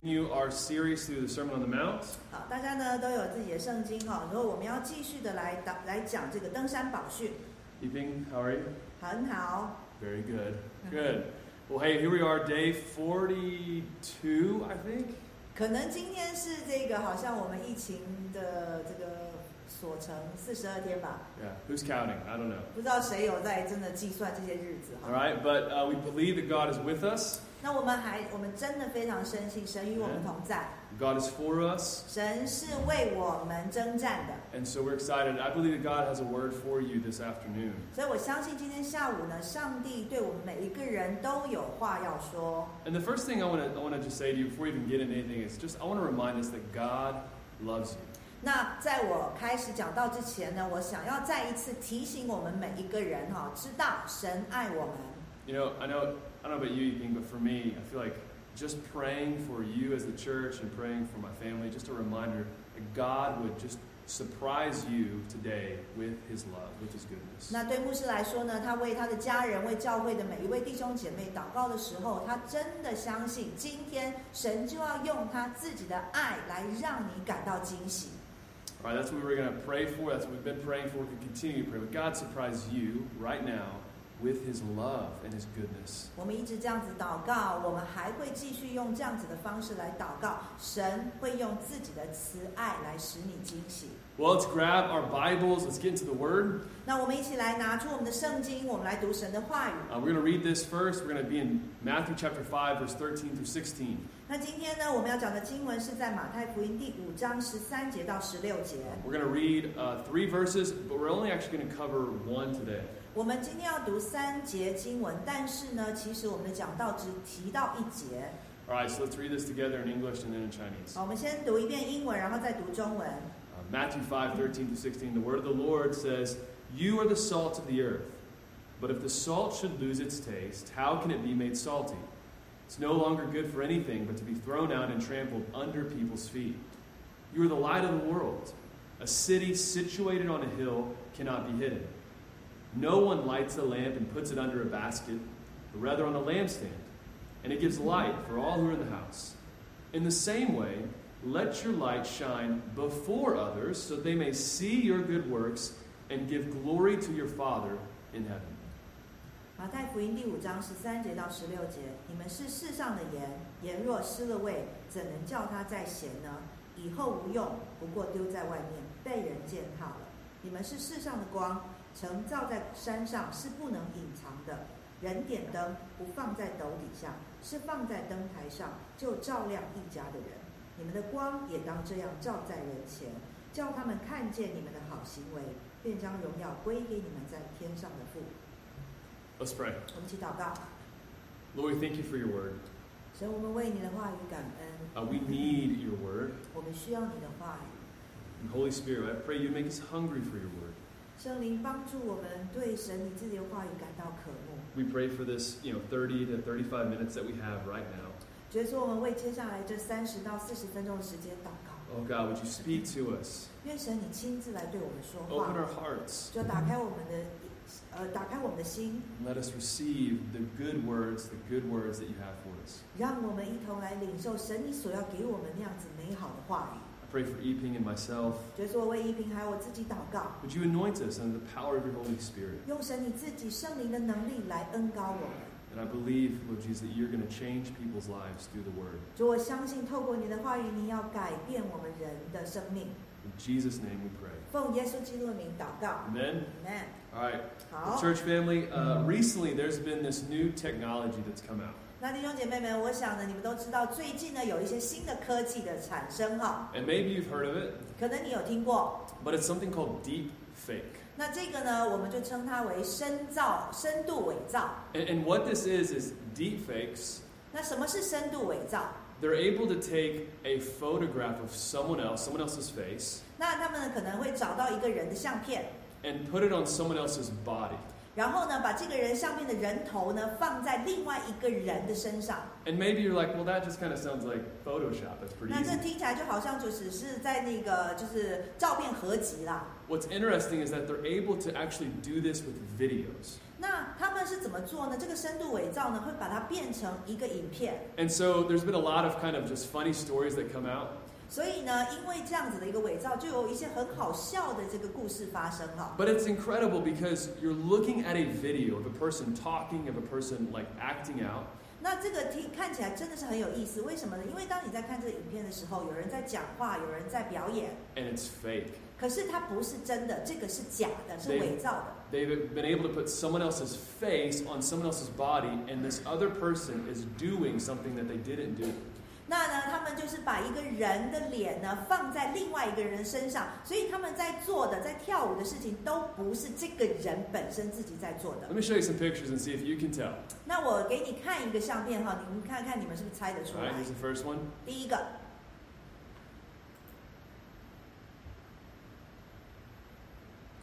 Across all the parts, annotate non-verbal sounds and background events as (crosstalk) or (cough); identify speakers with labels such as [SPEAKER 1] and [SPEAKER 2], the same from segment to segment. [SPEAKER 1] Continue our series through the Sermon on the Mount.
[SPEAKER 2] 好，大家呢都有自己的圣经哈、然后我们要继续的来导来讲这个登山宝训，
[SPEAKER 1] Evening, how are you?
[SPEAKER 2] 很好，
[SPEAKER 1] Very good. Good. Well, hey, here we are, day 42, I think.
[SPEAKER 2] 可能今天是这个好像我们疫情的这个所成四十二天吧，
[SPEAKER 1] Yeah, who's counting? I don't know.
[SPEAKER 2] 不知道谁有在真的计算这些日子
[SPEAKER 1] All
[SPEAKER 2] 哈。
[SPEAKER 1] right, but uh, we believe that God is with us,
[SPEAKER 2] 那我们还我们真的非常深信神与我们同在，
[SPEAKER 1] God is for us,
[SPEAKER 2] 神是为我们征战的，
[SPEAKER 1] and so we're excited. I believe that God has a word for you this afternoon.
[SPEAKER 2] 所以我相信今天下午呢，上帝对我们每一个人都有话要说。
[SPEAKER 1] And the first thing I want to I want to just say to you before we even get into anything is just I want to remind us that God loves you.
[SPEAKER 2] 那在我开始讲到之前呢，我想要再一次提醒我们每一个人哈、知道神爱我们。
[SPEAKER 1] You know, I know I don't know about you, Ethan, but for me, I feel like just praying for you as the church and praying for my family, just a reminder that God would just surprise you today with His love, with His goodness.
[SPEAKER 2] 那对牧师来说呢，他为他的家人、为教会的每一位弟兄姐妹祷告的时候，他真的相信今天神就要用他自己的爱来让你感到惊喜。
[SPEAKER 1] All right, that's what we were going to pray for. That's what we've been praying for. We can continue to pray. But God surprise you right now with His love and His goodness.
[SPEAKER 2] 我们一直这样子祷告，我们还会继续用这样子的方式来祷告。神会用自己的慈爱来使你惊喜。
[SPEAKER 1] Well, let's grab our Bibles. Let's get into the Word.
[SPEAKER 2] 那我们一起来拿出我们的圣经，我们来读神的话语。
[SPEAKER 1] Uh, we're going to read this first. We're going to be in Matthew chapter 5, verse 13 through 16.
[SPEAKER 2] 那今天呢，我们要讲的经文是在马太福音第五章十三节到十六节。
[SPEAKER 1] We're going to read uh, three verses, but we're only actually going to cover one today.
[SPEAKER 2] 我们今天要读三节经文，但是呢，其实我们的讲道只提到一节。
[SPEAKER 1] All right, so let's read this together in English and then in Chinese.
[SPEAKER 2] 好，我们先读一遍英文，然后再读中文。
[SPEAKER 1] Uh, Matthew 5, 13 through 16. The word of the Lord says, You are the salt of the earth. But if the salt should lose its taste, how can it be made salty? It's no longer good for anything but to be thrown out and trampled under people's feet. You are the light of the world. A city situated on a hill cannot be hidden. No one lights a lamp and puts it under a basket, but rather on a lampstand, and it gives light for all who are in the house. In the same way, let your light shine before others so they may see your good works and give glory to your Father in heaven.
[SPEAKER 2] 马太福音第五章十三节到十六节：你们是世上的盐，盐若失了味，怎能叫它再咸呢？以后无用，不过丢在外面，被人践踏了。你们是世上的光，城照在山上是不能隐藏的。人点灯不放在斗底下，是放在灯台上，就照亮一家的人。你们的光也当这样照在人前，叫他们看见你们的好行为，便将荣耀归给你们在天上的父。
[SPEAKER 1] Let's pray.
[SPEAKER 2] 我们一起祷告。
[SPEAKER 1] Lord, we thank you for your word.
[SPEAKER 2] 神，我们为你的话语感恩，
[SPEAKER 1] Uh, we need your word.
[SPEAKER 2] 我们需要你的话语。
[SPEAKER 1] And Holy Spirit, I pray you make us hungry for your word.
[SPEAKER 2] 圣灵帮助我们对神你自己的话语感到渴慕。
[SPEAKER 1] We pray for this, you know, 30 to 35 minutes that we have right now.
[SPEAKER 2] 觉得我们为接下来这三十到四十分钟的时间祷告，
[SPEAKER 1] Oh God, would you speak to us?
[SPEAKER 2] 愿神你亲自来对我们说
[SPEAKER 1] Open
[SPEAKER 2] 话，
[SPEAKER 1] our hearts
[SPEAKER 2] 就打开我们的呃，打开我们的心，
[SPEAKER 1] and let us receive the good words, the good words that you have for us.
[SPEAKER 2] 让我们一同来领受神你所要给我们那样子美好的话语。
[SPEAKER 1] I pray for Eping and myself.
[SPEAKER 2] 觉得我为一平还有我自己祷告，
[SPEAKER 1] Would you anoint us under the power of your Holy Spirit?
[SPEAKER 2] 用神你自己圣灵的能力来恩高我们。
[SPEAKER 1] And I believe, Lord Jesus, that you're going to change people's lives through the word.
[SPEAKER 2] 主，我相信透过你的话语，你要改变我们人的生命。
[SPEAKER 1] In Jesus' name we pray.
[SPEAKER 2] 奉耶稣基督的名祷告
[SPEAKER 1] Amen.
[SPEAKER 2] ，Amen。
[SPEAKER 1] All right.
[SPEAKER 2] 好，
[SPEAKER 1] Church family, uh, recently there's been this new technology that's come out.
[SPEAKER 2] 那弟兄姐妹们，我想呢，你们都知道最近呢有一些新的科技的产生哈、
[SPEAKER 1] And maybe you've heard of it,
[SPEAKER 2] 可能你有听过。
[SPEAKER 1] but it's something called deep fake.
[SPEAKER 2] 那这个呢，我们就称它为深造、深度伪造。
[SPEAKER 1] And, and what this is, is deep fakes,
[SPEAKER 2] 那什么是深度伪造？
[SPEAKER 1] they're able to take a photograph of someone else, someone else's face,
[SPEAKER 2] 那他们呢可能会找到一个人的相片，
[SPEAKER 1] and put it on someone else's body.
[SPEAKER 2] 然后呢，把这个人上面的人头呢放在另外一个人的身上。
[SPEAKER 1] And maybe you're like, well, that just kind of sounds like Photoshop. That's pretty
[SPEAKER 2] 那
[SPEAKER 1] easy.
[SPEAKER 2] 这听起来就好像就只是在那个就是照片合集啦。
[SPEAKER 1] What's interesting is that they're able to actually do this with videos.
[SPEAKER 2] 那他们是怎么做呢？这个深度伪造呢，会把它变成一个影片。
[SPEAKER 1] And so there's been a lot of kind of just funny stories that come out.
[SPEAKER 2] 所以呢，因为这样子的一个伪造，就有一些很好笑的这个故事发生哈。
[SPEAKER 1] But it's incredible because you're looking at a video of a person talking, of a person like acting out,
[SPEAKER 2] 那这个听看起来真的是很有意思，为什么呢？因为当你在看这个影片的时候，有人在讲话，有人在表演，
[SPEAKER 1] and it's fake.
[SPEAKER 2] 可是它不是真的，这个是假的，是
[SPEAKER 1] 对
[SPEAKER 2] 伪造的。
[SPEAKER 1] They've been able to put someone else's face on someone else's body, and this other person is doing something that they didn't do.
[SPEAKER 2] 那呢，他们就是把一个人的脸呢放在另外一个人身上，所以他们在做的、在跳舞的事情都不是这个人本身自己在做的
[SPEAKER 1] Let。me show you some pictures and see if you can tell.
[SPEAKER 2] 那我给你看一个相片哈，你们看看你们是不是猜得出
[SPEAKER 1] All
[SPEAKER 2] 来
[SPEAKER 1] right,？here's the first one.
[SPEAKER 2] 第一个，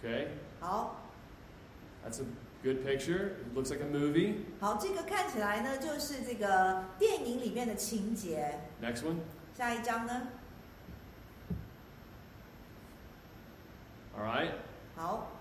[SPEAKER 1] Okay,
[SPEAKER 2] 好
[SPEAKER 1] that's a good picture. It looks like a movie.
[SPEAKER 2] 好，这个看起来呢就是这个电影里面的情节。
[SPEAKER 1] Next one.
[SPEAKER 2] 下一张呢？
[SPEAKER 1] All right.
[SPEAKER 2] 好，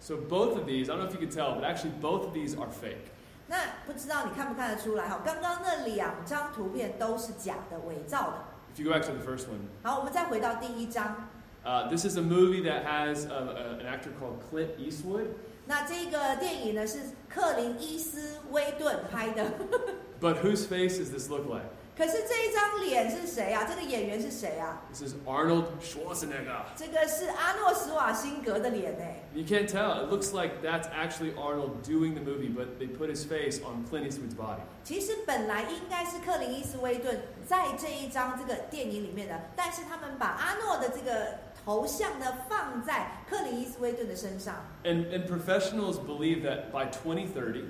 [SPEAKER 1] So both of these, I don't know if you can tell, but actually both of these are fake.
[SPEAKER 2] 那不知道你看不看得出来哈？刚刚那两张图片都是假的、伪造的。
[SPEAKER 1] If you go back to the first one,
[SPEAKER 2] 好，我们再回到第一张。
[SPEAKER 1] uh, this is a movie that has uh, uh, an actor called Clint Eastwood,
[SPEAKER 2] 那这个电影呢是克林伊斯威顿拍的， (laughs)
[SPEAKER 1] but whose face does this look like?
[SPEAKER 2] 可是这一张脸是谁啊？这个演员是谁啊？
[SPEAKER 1] This is Arnold Schwarzenegger.
[SPEAKER 2] 这个是阿诺·施瓦辛格的脸哎、
[SPEAKER 1] You can't tell. It looks like that's actually Arnold doing the movie, but they put his face on Clint Eastwood's body.
[SPEAKER 2] 其实本来应该是克林伊斯威顿在这一张这个电影里面的，但是他们把阿诺的这个头像呢放在克林伊斯威顿的身上。
[SPEAKER 1] And, and professionals believe that by 2030,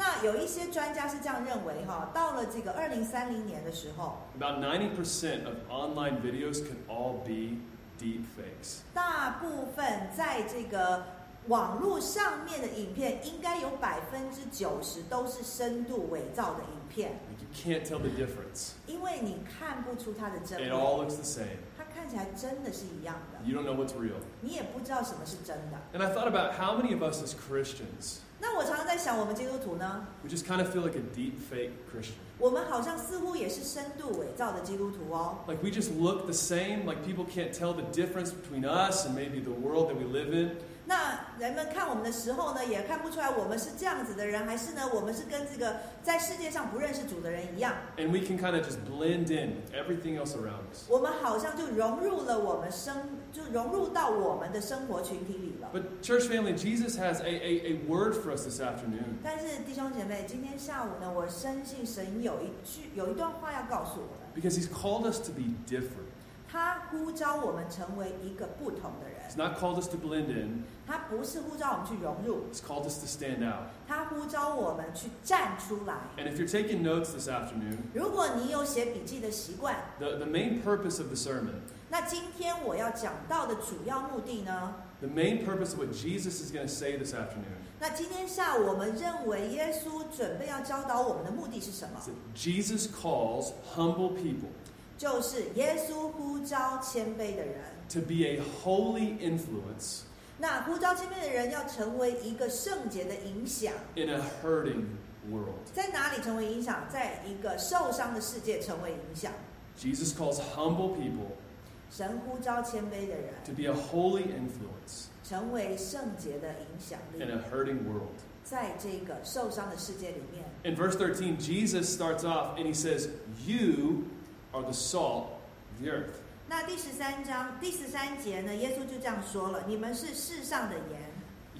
[SPEAKER 2] 那有一些专家是这样认为哈，到了这个二零三零年的时候，
[SPEAKER 1] about 90% of online videos can all be deep fakes.
[SPEAKER 2] 大部分在这个网络上面的影片，应该有百分之九十都是深度伪造的影片，
[SPEAKER 1] Like you can't tell the difference.
[SPEAKER 2] 因为你看不出它的真
[SPEAKER 1] It
[SPEAKER 2] 伪，
[SPEAKER 1] all looks the same.
[SPEAKER 2] 它看起来真的是一样的，
[SPEAKER 1] You don't know what's real.
[SPEAKER 2] 你也不知道什么是真的。
[SPEAKER 1] And I thought about how many of us as Christians,
[SPEAKER 2] 那我常常在想，我们基督徒呢，
[SPEAKER 1] we just kind of feel like a deep fake Christian.
[SPEAKER 2] 我们好像似乎也是深度伪造的基督徒哦。
[SPEAKER 1] Like we just look the same, like people can't tell the difference between us and maybe the world that we live in.
[SPEAKER 2] 那人们看我们的时候呢，也看不出来我们是这样子的人，还是呢，我们是跟这个在世界上不认识主的人一样。
[SPEAKER 1] And we can kind of just blend in with everything else around us.
[SPEAKER 2] 我们好像就融入了我们生，就融入到我们的生活群体里了。
[SPEAKER 1] But, church family, Jesus has a, a, a word for us this afternoon.
[SPEAKER 2] 但是弟兄姐妹，今天下午呢，我深信神有一句有一段话要告诉我们，
[SPEAKER 1] Because he's called us to be different.
[SPEAKER 2] 他呼召我们成为一个不同的人，
[SPEAKER 1] He's not called us to blend in,
[SPEAKER 2] 他不是呼召我们去融入，
[SPEAKER 1] he's called us to stand out.
[SPEAKER 2] 他呼召我们去站出来。
[SPEAKER 1] And if you're taking notes this afternoon,
[SPEAKER 2] 如果你有写笔记的习惯，
[SPEAKER 1] the, the main purpose of the sermon,
[SPEAKER 2] 那今天我要讲到的主要目的呢？
[SPEAKER 1] the main purpose of what Jesus is going to say this afternoon,
[SPEAKER 2] 那今天下午我们认为耶稣准备要教导我们的目的是什么
[SPEAKER 1] is？that Jesus calls humble people
[SPEAKER 2] 就是耶稣呼召谦卑的人。
[SPEAKER 1] to be a holy influence
[SPEAKER 2] 那呼召谦卑的人要成为一个圣洁的影响，
[SPEAKER 1] in a hurting world.
[SPEAKER 2] 在哪里成为影响？在一个受伤的世界成为影响。
[SPEAKER 1] Jesus calls humble people
[SPEAKER 2] 神呼召谦卑的人
[SPEAKER 1] to be a holy influence
[SPEAKER 2] 成为圣洁的影响
[SPEAKER 1] in
[SPEAKER 2] 力，
[SPEAKER 1] a hurting world.
[SPEAKER 2] 在这个受伤的世界里面。
[SPEAKER 1] In verse 13, Jesus starts off and he says, You are the salt of the earth.
[SPEAKER 2] 那第十三章第十三节呢？耶稣就这样说了：“你们是世上的盐。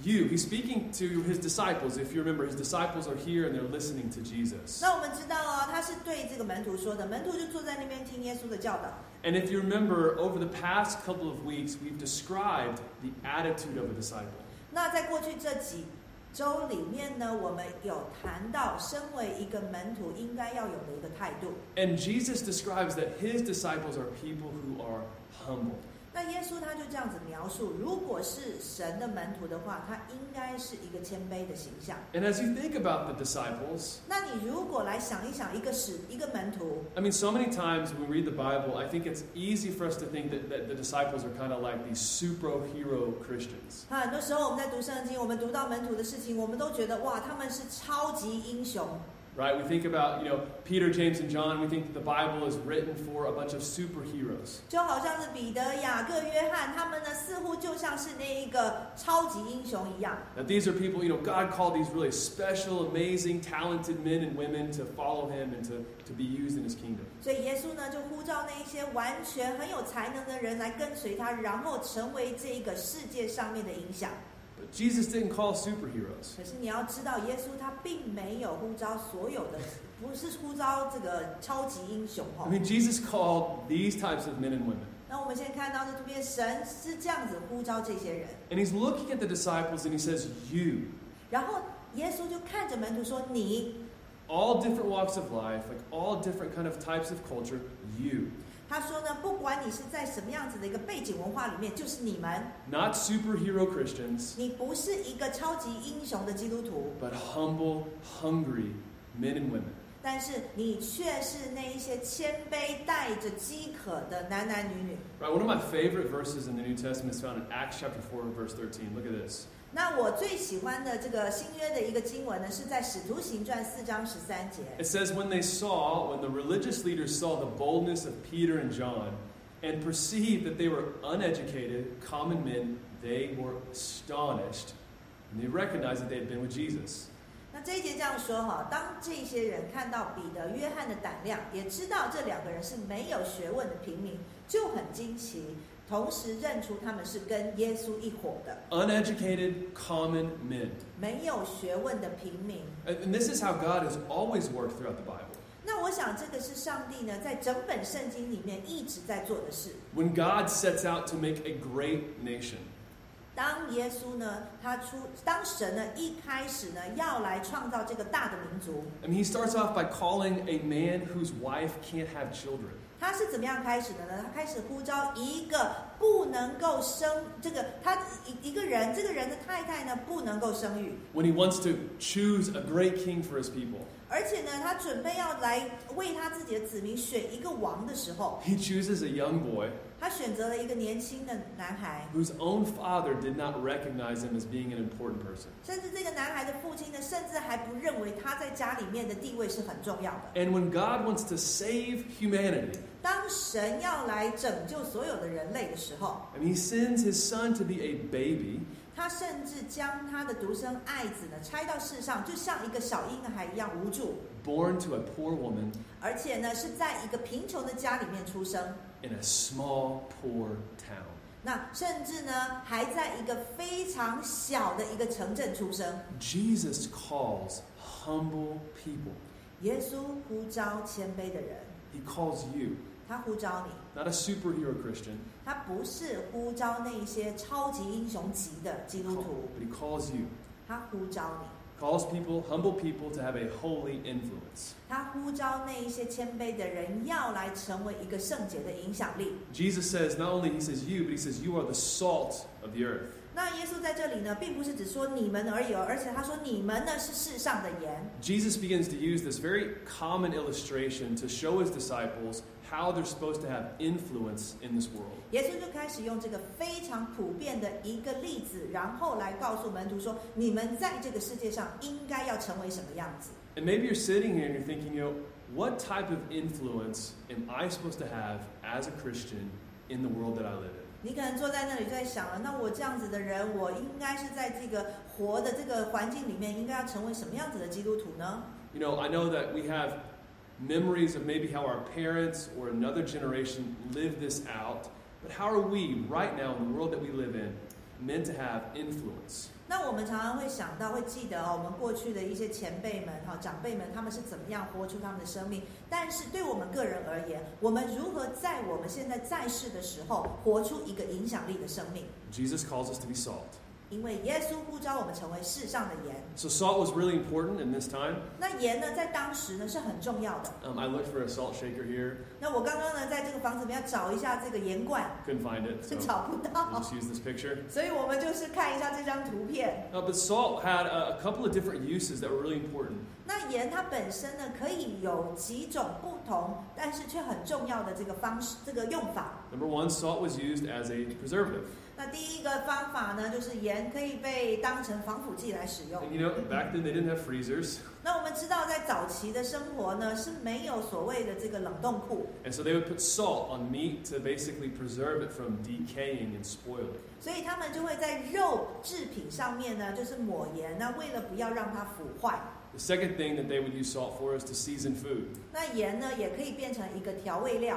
[SPEAKER 1] You, he's speaking to his disciples. If you remember, his disciples are here and they're listening to ” Jesus.
[SPEAKER 2] 那我们知道哦，他是对这个门徒说的，门徒就坐在那边听耶稣的教导。
[SPEAKER 1] And if you remember, over the past couple of weeks, we've described the attitude of a disciple.
[SPEAKER 2] 那在过去这几周里面呢，我们有谈到身为一个门徒应该要有的一个态度。
[SPEAKER 1] And Jesus describes that his disciples are people who are humble.
[SPEAKER 2] 那那耶稣他就这样子描述，如果是神的门徒的话，他应该是一个谦卑的形象。
[SPEAKER 1] And as you think about the disciples,
[SPEAKER 2] 那你如果来想一想，一个使一个门徒，
[SPEAKER 1] I mean, so many times when we read the Bible, I think it's easy for us to think that, that the disciples are kind of like these superhero Christians.
[SPEAKER 2] 那很多时候我们在读圣经，我们读到门徒的事情，我们都觉得哇，他们是超级英雄。
[SPEAKER 1] Right? We think about, you know, Peter, James, and John, we think that the Bible is written for a bunch of superheroes.
[SPEAKER 2] 就好像是彼得、雅各、约翰，他们呢似乎就像是那一个超级英雄一样。
[SPEAKER 1] That these are people, you know, God called these really special, amazing, talented men and women to follow him and to, to be used in his kingdom.
[SPEAKER 2] 所以耶稣呢就呼召那一些完全很有才能的人来跟随他，然后成为这一个世界上面的影响。
[SPEAKER 1] But Jesus didn't call superheroes.
[SPEAKER 2] 可是你要知道，耶稣他并没有呼召所有的，不是呼召这个超级英雄
[SPEAKER 1] I
[SPEAKER 2] 哦。
[SPEAKER 1] mean, Jesus called these types of men and women.
[SPEAKER 2] 那我们现在看到的这边，神是这样子呼召这些人，
[SPEAKER 1] And he's looking at the disciples and he says, You,
[SPEAKER 2] 然后耶稣就看着门徒说：“你。
[SPEAKER 1] all different walks of life, like all different kind of types of culture, you. ”
[SPEAKER 2] 他说呢，不管你是在什么样子的一个背景文化里面，就是你们，
[SPEAKER 1] Not superhero Christians,
[SPEAKER 2] 你不是一个超级英雄的基督徒，
[SPEAKER 1] but humble, hungry men and women.
[SPEAKER 2] 但是你却是那一些谦卑、带着饥渴的男男女女。
[SPEAKER 1] Right, one of my favorite verses in the New Testament is found in Acts chapter 4, verse 13. Look at this.
[SPEAKER 2] 那我最喜欢的这个新约的一个经文呢，是在《使徒行传》四章十三节。
[SPEAKER 1] It says, When they saw, when the religious leaders saw the boldness of Peter and John, and perceived that they were uneducated, common men, they were astonished, and they recognized that they had been with Jesus.
[SPEAKER 2] 那这一节这样说哈，当这些人看到彼得、约翰的胆量，也知道这两个人是没有学问的平民，就很惊奇，同时认出他们是跟耶稣一伙的，
[SPEAKER 1] Uneducated, common men.
[SPEAKER 2] 没有学问的平民。
[SPEAKER 1] And and this is how God has always worked throughout the Bible.
[SPEAKER 2] 那我想，这个是上帝呢，在整本圣经里面一直在做的事。
[SPEAKER 1] When God sets out to make a great nation,
[SPEAKER 2] 当耶稣呢，他出，当神呢一开始呢要来创造这个大的民族，
[SPEAKER 1] I mean, he starts off by calling a man whose wife can't have children.
[SPEAKER 2] 他是怎么样开始的呢？他开始呼召一个不能够生这个他一一个人，这个人的太太呢不能够生育，
[SPEAKER 1] When he wants to choose a great king for his people,
[SPEAKER 2] 而且呢他准备要来为他自己的子民选一个王的时候，
[SPEAKER 1] he chooses a young boy
[SPEAKER 2] 他选择了一个年轻的男孩，
[SPEAKER 1] whose own father did not recognize him as being an important person.
[SPEAKER 2] 甚至这个男孩的父亲呢，甚至还不认为他在家里面的地位是很重要的。
[SPEAKER 1] And when God wants to save humanity,
[SPEAKER 2] 当神要来拯救所有的人类的时候，
[SPEAKER 1] I mean, he sends his son to be a baby
[SPEAKER 2] 他甚至将他的独生爱子呢拆到世上，就像一个小婴孩一样无助。
[SPEAKER 1] born to a poor woman
[SPEAKER 2] 而且呢是在一个贫穷的家里面出生，
[SPEAKER 1] in a small, poor town.
[SPEAKER 2] 那甚至呢还在一个非常小的一个城镇出生。
[SPEAKER 1] Jesus calls humble people.
[SPEAKER 2] 耶稣呼召谦卑的人，
[SPEAKER 1] He calls you,
[SPEAKER 2] 他呼召你，
[SPEAKER 1] not a superhero Christian,
[SPEAKER 2] 他不是呼召那些超级英雄级的基督徒，
[SPEAKER 1] but he calls you.
[SPEAKER 2] 他呼召你，
[SPEAKER 1] Calls people, humble people, to have a holy influence.
[SPEAKER 2] 他呼召那一些谦卑的人要来成为一个圣洁的影响力。
[SPEAKER 1] Jesus says not only he says you, but he says you are the salt of the earth.
[SPEAKER 2] 那耶稣在这里呢，并不是只说你们而已哦，而且他说你们呢是世上的盐。
[SPEAKER 1] Jesus begins to use this very common illustration to show his disciples how they're supposed to have influence in this world.
[SPEAKER 2] 耶稣就开始用这个非常普遍的一个例子，然后来告诉门徒说：你们在这个世界上应该要成为什么样子？
[SPEAKER 1] And maybe you're sitting here and you're thinking, you know, what type of influence am I supposed to have as a Christian in the world that I live in?
[SPEAKER 2] 你可能坐在那里就在想了，那我这样子的人，我应该是在这个活的这个环境里面，应该要成为什么样子的基督徒呢？
[SPEAKER 1] You know, I know that we have memories of maybe how our parents or another generation lived this out, but how are we right now in the world that we live in meant to have influence?
[SPEAKER 2] 那我们常常会想到，会记得哦，我们过去的一些前辈们、哈长辈们，他们是怎么样活出他们的生命。但是对我们个人而言，我们如何在我们现在在世的时候，活出一个影响力的生命？
[SPEAKER 1] Jesus calls us to be salt.
[SPEAKER 2] 因为耶稣呼召我们成为世上的盐。
[SPEAKER 1] So salt was really important in this time.
[SPEAKER 2] 那盐呢，在当时呢是很重要的。
[SPEAKER 1] Um, I looked for a salt shaker here,
[SPEAKER 2] 那我刚刚呢，在这个房子里面要找一下这个盐罐，
[SPEAKER 1] couldn't find it.
[SPEAKER 2] 是
[SPEAKER 1] So
[SPEAKER 2] 找不
[SPEAKER 1] I
[SPEAKER 2] 到，
[SPEAKER 1] just used this picture.
[SPEAKER 2] 所以我们就是看一下这张图片。
[SPEAKER 1] Uh, but salt had a, a couple of different uses that were really important.
[SPEAKER 2] 那盐它本身呢，可以有几种不同，但是却很重要的这个方式、这个用法。
[SPEAKER 1] Number one, salt was used as a preservative.
[SPEAKER 2] 那第一个方法呢，就是盐可以被当成防腐剂来使用。
[SPEAKER 1] And you know, back then they didn't have freezers,
[SPEAKER 2] 那我们知道，在早期的生活呢，是没有所谓的这个冷冻库，
[SPEAKER 1] and so they would put salt on meat to basically preserve it from decaying and spoiling.
[SPEAKER 2] 所以他们就会在肉制品上面呢，就是抹盐。那为了不要让它腐坏，
[SPEAKER 1] The second thing that they would use salt for is to season food.
[SPEAKER 2] 那盐呢也可以变成一个调味料。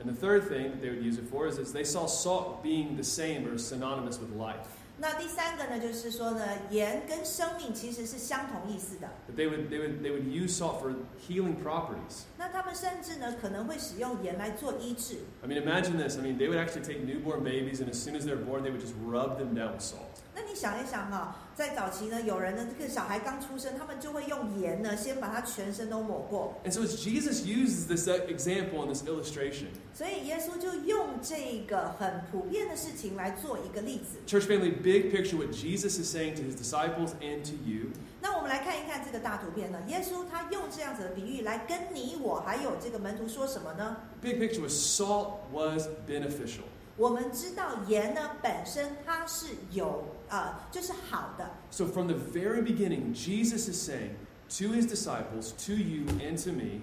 [SPEAKER 1] And the third thing that they would use it for is, is they saw salt being the same or synonymous with life.
[SPEAKER 2] 那第三个呢，就是说呢，盐跟生命其实是相同意思的。
[SPEAKER 1] That they would, they would, they would use salt for healing properties.
[SPEAKER 2] 那他们甚至呢可能会使用盐来做医治。
[SPEAKER 1] I mean, imagine this. I mean, they would actually take newborn babies, and as soon as they're born, they would just rub them down with salt.
[SPEAKER 2] 那你想一想哈、在早期呢，有人呢这个小孩刚出生，他们就会用盐呢先把他全身都抹过。
[SPEAKER 1] And so, as Jesus uses this uh, example and this illustration,
[SPEAKER 2] 所以耶稣就用这个很普遍的事情来做一个例子。
[SPEAKER 1] church family, big picture, what Jesus is saying to his disciples and to you
[SPEAKER 2] 那我们来看一看这个大图片呢，耶稣他用这样子的比喻来跟你我还有这个门徒说什么呢？
[SPEAKER 1] Big picture was salt was beneficial.
[SPEAKER 2] 我们知道盐呢本身它是有呃就是好的，
[SPEAKER 1] So from the very beginning, Jesus is saying to his disciples, to you and to me,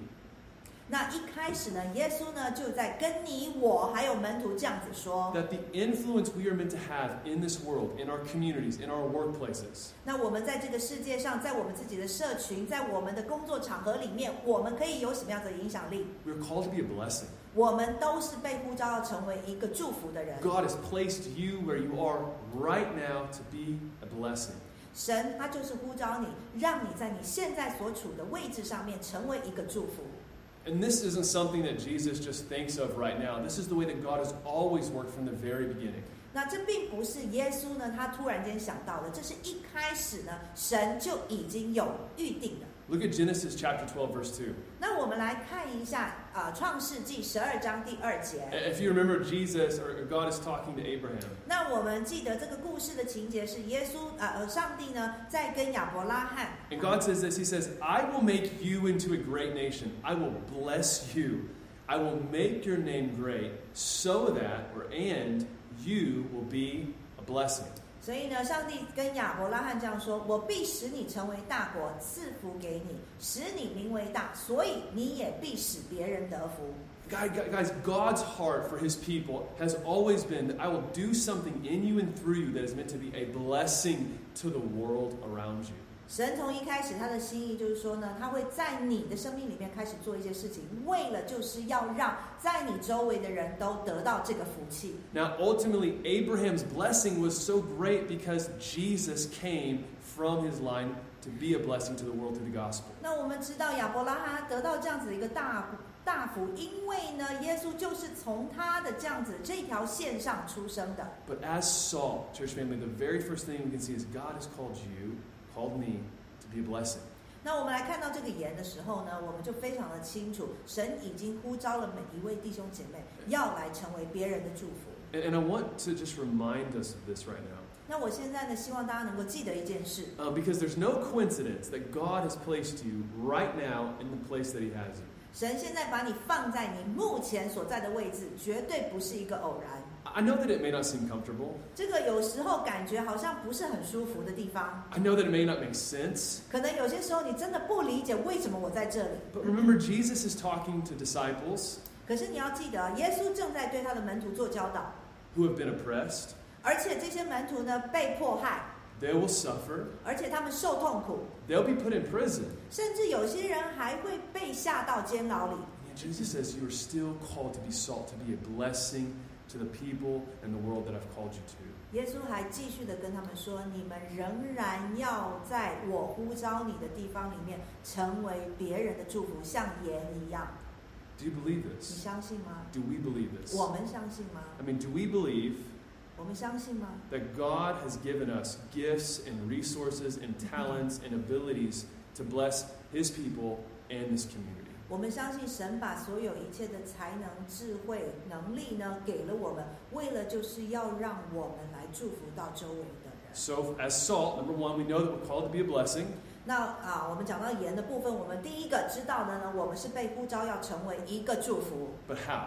[SPEAKER 2] 那一开始呢，耶稣呢就在跟你我还有门徒这样子说，
[SPEAKER 1] that the influence we are meant to have in this world, in our communities, in our workplaces,
[SPEAKER 2] 那我们在这个世界上，在我们自己的社群，在我们的工作场合里面，我们可以有什么样的影响力？
[SPEAKER 1] we are called to be a blessing.
[SPEAKER 2] 我们都是被呼召要成为一个祝福的人。
[SPEAKER 1] God has placed you where you are right now to be a blessing.
[SPEAKER 2] 神他就是呼召你，让你在你现在所处的位置上面成为一个祝福。
[SPEAKER 1] And this isn't something that Jesus just thinks of right now. This is the way that God has always worked from the very beginning.
[SPEAKER 2] 那这并不是耶稣呢，他突然间想到的，这是一开始呢，神就已经有预定的。
[SPEAKER 1] Look at Genesis chapter 12, verse 2.
[SPEAKER 2] 那我们来看一下啊，呃创世纪》十二章第二节。
[SPEAKER 1] If you remember, Jesus or God is talking to Abraham.
[SPEAKER 2] 那我们记得这个故事的情节是耶稣啊，呃，上帝呢在跟亚伯拉罕，
[SPEAKER 1] And God says this He says, I will make you into a great nation. I will bless you. I will make your name great so that, or and, you will be a blessing.
[SPEAKER 2] 所以呢，上帝跟亚伯拉罕这样说：“我必使你成为大国，赐福给你，使你名为大，所以你也必使别人得福。
[SPEAKER 1] God- God- Guys, God's heart for his people has always been that I will do something in you and through you that is meant to be a blessing to the world around you. ”
[SPEAKER 2] 神从一开始他的心意就是说呢，他会在你的生命里面开始做一些事情，为了就是要让在你周围的人都得到这个福气。
[SPEAKER 1] Now, ultimately, Abraham's blessing was so great because Jesus came from his line to be a blessing to the world through the gospel.
[SPEAKER 2] 那我们知道亚伯拉罕得到这样子的一个大大福，因为呢，耶稣就是从他的这样子这条线上出生的。
[SPEAKER 1] But as salt, church family, the very first thing we can see is God has called you, called me, to be a blessing.
[SPEAKER 2] 那我们来看到这个盐的时候呢，我们就非常的清楚，神已经呼召了每一位弟兄姐妹要来成为别人的祝福。
[SPEAKER 1] And, and I want to just remind us of this right now
[SPEAKER 2] 那我现在呢，希望大家能够记得一件事，
[SPEAKER 1] uh, because there's no coincidence that God has placed you right now in the place that He has you.
[SPEAKER 2] 神现在把你放在你目前所在的位置，绝对不是一个偶然。
[SPEAKER 1] I I know that it may not seem comfortable,
[SPEAKER 2] 这个有时候感觉好像不是很舒服的地方，
[SPEAKER 1] I know that it may not make sense,
[SPEAKER 2] 可能有些时候你真的不理解为什么我在这里。
[SPEAKER 1] but remember, Jesus is talking to disciples
[SPEAKER 2] 可是你要记得，啊耶稣正在对他的门徒做教导，
[SPEAKER 1] who have been oppressed,
[SPEAKER 2] 而且这些门徒呢被迫害，
[SPEAKER 1] they will suffer,
[SPEAKER 2] 而且他们受痛苦，
[SPEAKER 1] they'll be put in prison.
[SPEAKER 2] 甚至有些人还会被下到监牢里。
[SPEAKER 1] And Jesus says, You are still called to be salt, to be a blessing to the people and the world that I've called you to.
[SPEAKER 2] 耶稣还继续的跟他们说：“你们仍然要在我呼召你的地方里面，成为别人的祝福，像盐一样。
[SPEAKER 1] Do you believe
[SPEAKER 2] 你
[SPEAKER 1] this?
[SPEAKER 2] 相信吗？
[SPEAKER 1] Do we believe this?
[SPEAKER 2] 我们相信吗？
[SPEAKER 1] I mean, do we believe
[SPEAKER 2] 我们相信吗？
[SPEAKER 1] that God has given us gifts and resources and talents and abilities to bless His people and this community.
[SPEAKER 2] 我们相信神把所有一切的才能、智慧、能力呢给了我们，为了就是要让我们来祝福到周围的人。
[SPEAKER 1] So, as salt, number one, we know that we're called to be a blessing.
[SPEAKER 2] 那啊，我们讲到盐的部分，我们第一个知道的呢，我们是被呼召要成为一个祝福。
[SPEAKER 1] But how?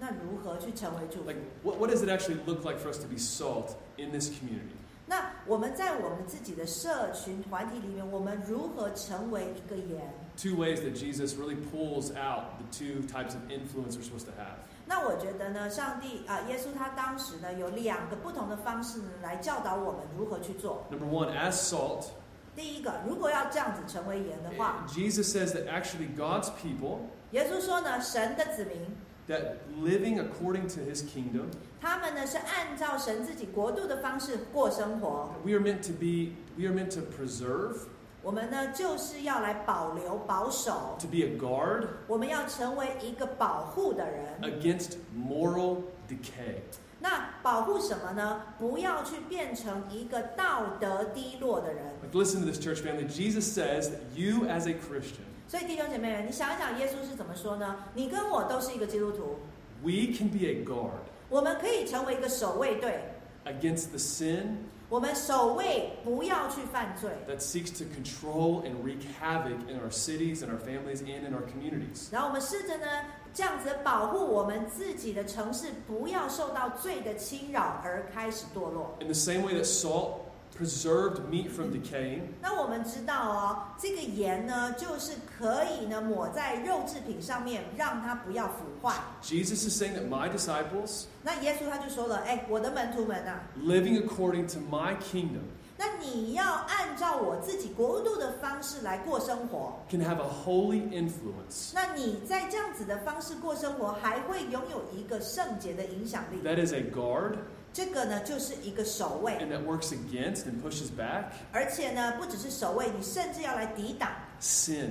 [SPEAKER 2] 那如何去成为祝福
[SPEAKER 1] Like,？what, what does it actually look like for us to be salt in this community?
[SPEAKER 2] 那我们在我们自己的社群团体里面，我们如何成为一个盐？
[SPEAKER 1] Two ways that Jesus really pulls out the two types of influence we're supposed to have.
[SPEAKER 2] 那我觉得呢，上帝啊、耶稣他当时呢有两个不同的方式呢来教导我们如何去做。
[SPEAKER 1] Number one, as salt,
[SPEAKER 2] 第一个，如果要这样子成为盐的话，
[SPEAKER 1] Jesus says that actually God's people
[SPEAKER 2] 耶稣说呢，神的子民，
[SPEAKER 1] that living according to His kingdom
[SPEAKER 2] 他们呢是按照神自己国度的方式过生活。
[SPEAKER 1] We are meant to be, we are meant to preserve,
[SPEAKER 2] 我们呢就是要来保留、保守，
[SPEAKER 1] to be a guard
[SPEAKER 2] 我们要成为一个保护的
[SPEAKER 1] 呃
[SPEAKER 2] 人。
[SPEAKER 1] against moral decay.
[SPEAKER 2] 那保护什么呢？不要去变成一个道德低落的人。
[SPEAKER 1] Like, listen to this, church family. Jesus says that you, as a Christian,
[SPEAKER 2] 所以弟兄姐妹们，你想一想耶稣是怎么说呢？你跟我都是一个基督徒，
[SPEAKER 1] we can be a guard
[SPEAKER 2] 我们可以成为一个守卫队，
[SPEAKER 1] against the sin
[SPEAKER 2] 我们守卫不要去犯罪，
[SPEAKER 1] that seeks to control and wreak havoc in our cities, in our families, and in our communities.
[SPEAKER 2] 然后我们试着呢，这样子保护我们自己的城市不要受到罪的侵扰而开始堕落。
[SPEAKER 1] In the same way that salt preserved meat from decaying,
[SPEAKER 2] 那我们知道哦，这个盐呢，就是可以呢抹在肉制品上面，让它不要腐坏。
[SPEAKER 1] Jesus is saying that my disciples,
[SPEAKER 2] 那耶稣他就说了，哎，我的门徒们啊，
[SPEAKER 1] living according to my kingdom,
[SPEAKER 2] 那你要按照我自己国度的方式来过生活。
[SPEAKER 1] can have a holy influence
[SPEAKER 2] 那你在这样子的方式过生活，还会拥有一个圣洁的影响力。
[SPEAKER 1] that is a guard
[SPEAKER 2] 这个呢，就是一个守卫。
[SPEAKER 1] and that works against and pushes back
[SPEAKER 2] 而且呢，不只是守卫，你甚至要来抵挡，
[SPEAKER 1] sin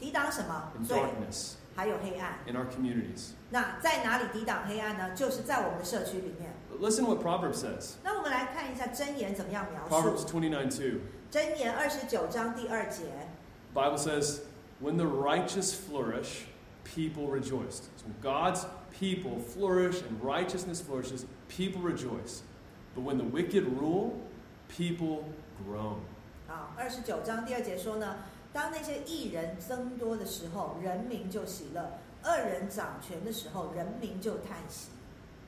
[SPEAKER 2] 抵挡什么？
[SPEAKER 1] and
[SPEAKER 2] 罪，
[SPEAKER 1] darkness
[SPEAKER 2] 还有黑暗。
[SPEAKER 1] in our communities.
[SPEAKER 2] 那在哪里抵挡黑暗呢？就是在我们的社区里面。
[SPEAKER 1] But listen to what Proverbs says.
[SPEAKER 2] 那我们来看一下箴言怎么样描述
[SPEAKER 1] Proverbs 29 2.
[SPEAKER 2] 箴言二十九章第二节。
[SPEAKER 1] The Bible says, When the righteous flourish, people rejoice. So when God's people flourish and righteousness flourishes, people rejoice. But when the wicked rule, people groan.
[SPEAKER 2] 啊，二十九章第二节说呢，当那些异人增多的时候，人民就喜乐；恶人掌权的时候，人民就叹息。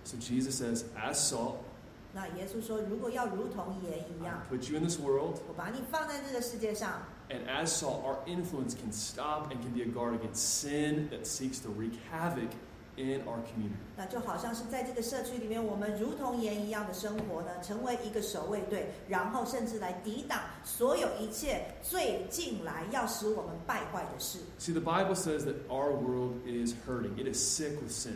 [SPEAKER 1] So Jesus says, As salt,
[SPEAKER 2] 那耶稣说，如果要如同盐一
[SPEAKER 1] I
[SPEAKER 2] 样，
[SPEAKER 1] put you in this world,
[SPEAKER 2] 我把你放在这个世界上，
[SPEAKER 1] and as salt, our influence can stop and can be a guard against sin that seeks to wreak havoc in our community.
[SPEAKER 2] 那就好像是在这个社区里面，我们如同盐一样的生活呢，成为一个守卫队，然后甚至来抵挡所有一切最近来要使我们败坏的事。
[SPEAKER 1] See, the Bible says that our world is hurting. It is sick with sin.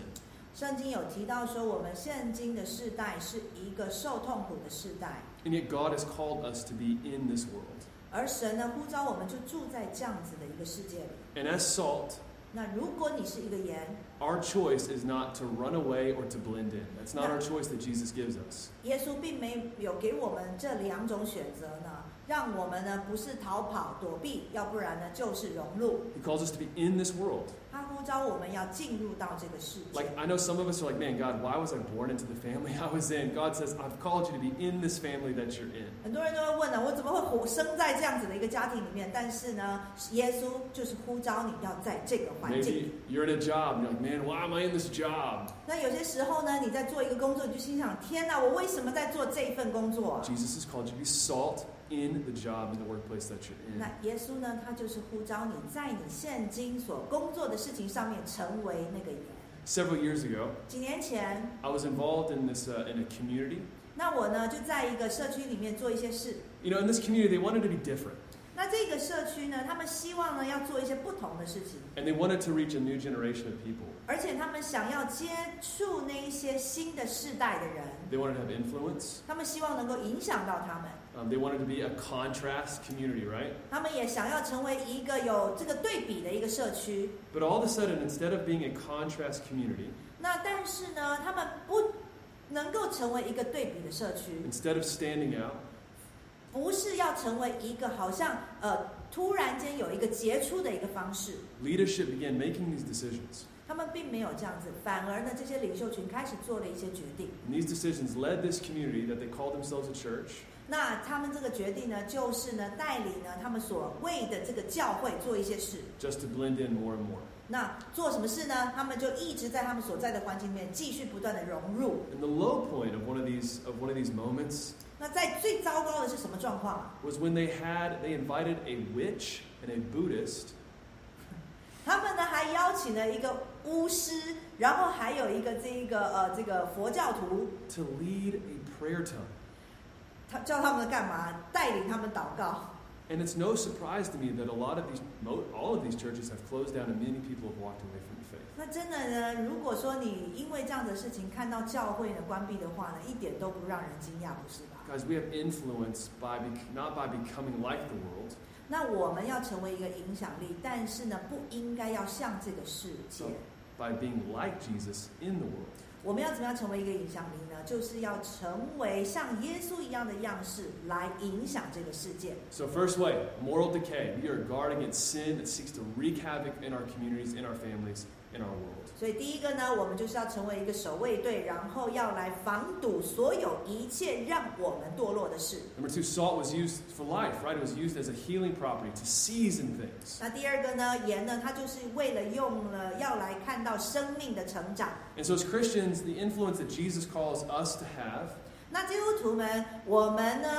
[SPEAKER 2] 圣经有提到说，我们现今的世代是一个受痛苦的世代，
[SPEAKER 1] And yet, God has called us to be in this world.
[SPEAKER 2] 而神呢呼召我们就住在这样子的一个世界里。
[SPEAKER 1] And as salt,
[SPEAKER 2] 那如果你是一个盐，
[SPEAKER 1] our choice is not to run away or to blend in. That's not
[SPEAKER 2] Yeah.
[SPEAKER 1] our choice that Jesus gives us.
[SPEAKER 2] 耶稣并没有给我们这两种选择呢，让我们呢不是逃跑躲避，要不然呢就是融入。
[SPEAKER 1] He calls us to be in this world.
[SPEAKER 2] 他呼召我们要进入到这个世界
[SPEAKER 1] Like, I know some of us are like, man, God, why was I born into the family (laughs) I was in? God says, I've called you to be in this family that you're in.
[SPEAKER 2] 很多人都会问呢，我怎么会活生在这样子的一个家庭里面？但是呢，耶稣就是呼召你要在这个环境。
[SPEAKER 1] Maybe you're in a job and you're like, man, why am I in this job?
[SPEAKER 2] 那有些时候呢，你在做一个工作，你就心想：天哪，我为什么在做这一份工作啊？
[SPEAKER 1] Jesus has called you to be salt in the job, in the workplace that you're in.
[SPEAKER 2] 那耶稣呢，他就是呼召你在你现今所工作的事情上面成为那个盐。
[SPEAKER 1] Several years ago,
[SPEAKER 2] 几年前，
[SPEAKER 1] I was involved in this uh, in a community.
[SPEAKER 2] 那我呢就在一个社区里面做一些事。
[SPEAKER 1] You know, in this community, they wanted to be different,
[SPEAKER 2] 那这个社区呢，他们希望呢要做一些不同的事情。
[SPEAKER 1] and they wanted to reach a new generation of people.
[SPEAKER 2] 而且他们想要接触那一些新的世代的人，
[SPEAKER 1] They wanted to have influence.
[SPEAKER 2] 他们希望能够影响到他们，
[SPEAKER 1] Um, they wanted to be a contrast community, right?
[SPEAKER 2] 他们也想要成为一个有这个对比的一个社区。
[SPEAKER 1] But all of a sudden, instead of being a contrast community,
[SPEAKER 2] 那但是呢，他们不能够成为一个对比的社区，
[SPEAKER 1] Instead of standing out,
[SPEAKER 2] 不是要成为一个好像呃突然间有一个杰出的一个方式。
[SPEAKER 1] leadership began making these decisions.
[SPEAKER 2] 他们并没有这样子，反而呢，这些领袖群开始做了一些决定。
[SPEAKER 1] And these decisions led this community that they called themselves a church
[SPEAKER 2] 那他们这个决定呢，就是呢，带领呢他们所谓的这个教会做一些事。
[SPEAKER 1] just to blend in more and more.
[SPEAKER 2] 那做什么事呢？他们就一直在他们所在的环境里面继续不断的融入。
[SPEAKER 1] And the low point of one of these of one of these moments
[SPEAKER 2] 那在最糟糕的是什么状况？啊
[SPEAKER 1] was when they had they invited a witch and a Buddhist
[SPEAKER 2] 他们呢还邀请了一个巫师，然后还有一个这一个呃这个佛教徒，
[SPEAKER 1] to lead a prayer time.
[SPEAKER 2] 他叫他们干嘛？带领他们祷告。
[SPEAKER 1] And it's no surprise to me that a lot of these mo- all of these churches have closed down and many people have walked away from the faith.
[SPEAKER 2] 那真的呢，如果说你因为这样的事情看到教会呢关闭的话呢，一点都不让人惊讶，不是吧？
[SPEAKER 1] Guys, we have influence by bec- not by becoming like the world,
[SPEAKER 2] 那我们要成为一个影响力，但是呢，不应该要像这个世界。
[SPEAKER 1] by being like Jesus in the world.
[SPEAKER 2] 我们要怎么样成为一个影响力呢？就是要成为像耶稣一样的样式来影响这个世界。
[SPEAKER 1] So, first way, moral decay. We are guarding against sin that seeks to wreak havoc in our communities, in our families, in our world.
[SPEAKER 2] 所以第一个呢，我们就是要成为一个守卫队，然后要来防堵所有一切让我们堕落的事。
[SPEAKER 1] Number two, salt was used for life, right? It was used as a healing property to season things.
[SPEAKER 2] 那第二个呢，盐呢，它就是为了用了要来看到生命的成长。
[SPEAKER 1] And so, as Christians, the influence that Jesus calls us to have
[SPEAKER 2] 那基督徒们，我们呢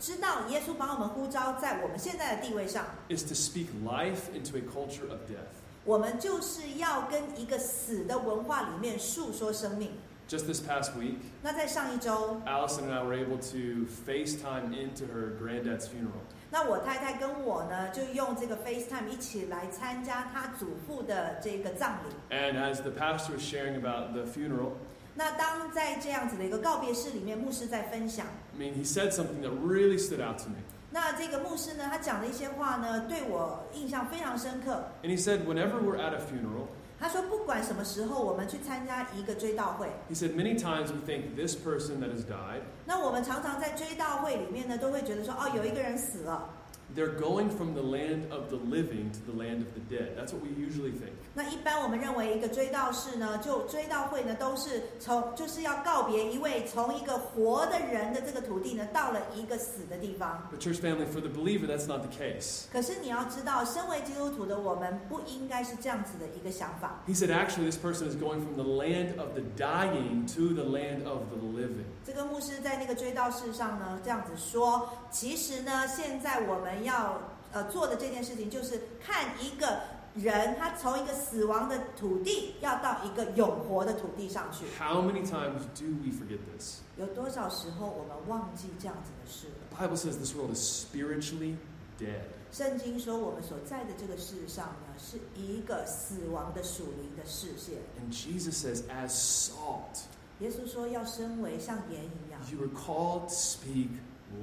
[SPEAKER 2] 知道耶稣把我们呼召在我们现在的地位上，
[SPEAKER 1] is to speak life into a culture of death.
[SPEAKER 2] 我们就是要跟一个死的文化里面诉说生命。
[SPEAKER 1] Just this past week,
[SPEAKER 2] 那在上一周，
[SPEAKER 1] Allison and I were able to FaceTime into her granddad's funeral.
[SPEAKER 2] 那我太太跟我呢就用这个 FaceTime 一起来参加她祖父的这个葬礼。
[SPEAKER 1] And as the pastor was sharing about the funeral,
[SPEAKER 2] 那当在这样子的一个告别式里面，牧师在分享。
[SPEAKER 1] I mean, he said something that really stood out to me.
[SPEAKER 2] 那这个牧师呢，他讲的一些话呢，对我印象非常深刻。
[SPEAKER 1] And he said, whenever we're at a funeral,
[SPEAKER 2] 他说，不管什么时候我们去参加一个追悼会，
[SPEAKER 1] he said, many times we think this person that has died,
[SPEAKER 2] 那我们常常在追悼会里面呢，都会觉得说，哦，有一个人死了。
[SPEAKER 1] they're going from the land of the living to the land of the dead. That's what we usually think.
[SPEAKER 2] 那一般我们认为一个追悼式呢，就追悼会呢，都是从就是要告别一位从一个活的人的这个土地呢，到了一个死的地方。
[SPEAKER 1] But, church family, for the believer, that's not the case.
[SPEAKER 2] 可是你要知道，身为基督徒的我们，不应该是这样子的一个想法。
[SPEAKER 1] He said, actually, this person is going from the land of the dying to the land of the living.
[SPEAKER 2] 这个牧师在那个追悼式上呢，这样子说：，其实呢，现在我们要呃做的这件事情，就是看一个人他从一个死亡的土地，要到一个永活的土地上去。
[SPEAKER 1] How many times do we forget this?
[SPEAKER 2] 有多少时候我们忘记这样子的事了？
[SPEAKER 1] The Bible says this world is spiritually dead.
[SPEAKER 2] 圣经说，我们所在的这个世上呢，是一个死亡的属灵的世界。
[SPEAKER 1] And Jesus says, as salt,
[SPEAKER 2] 耶稣说，要身为像盐一样，
[SPEAKER 1] you are called to speak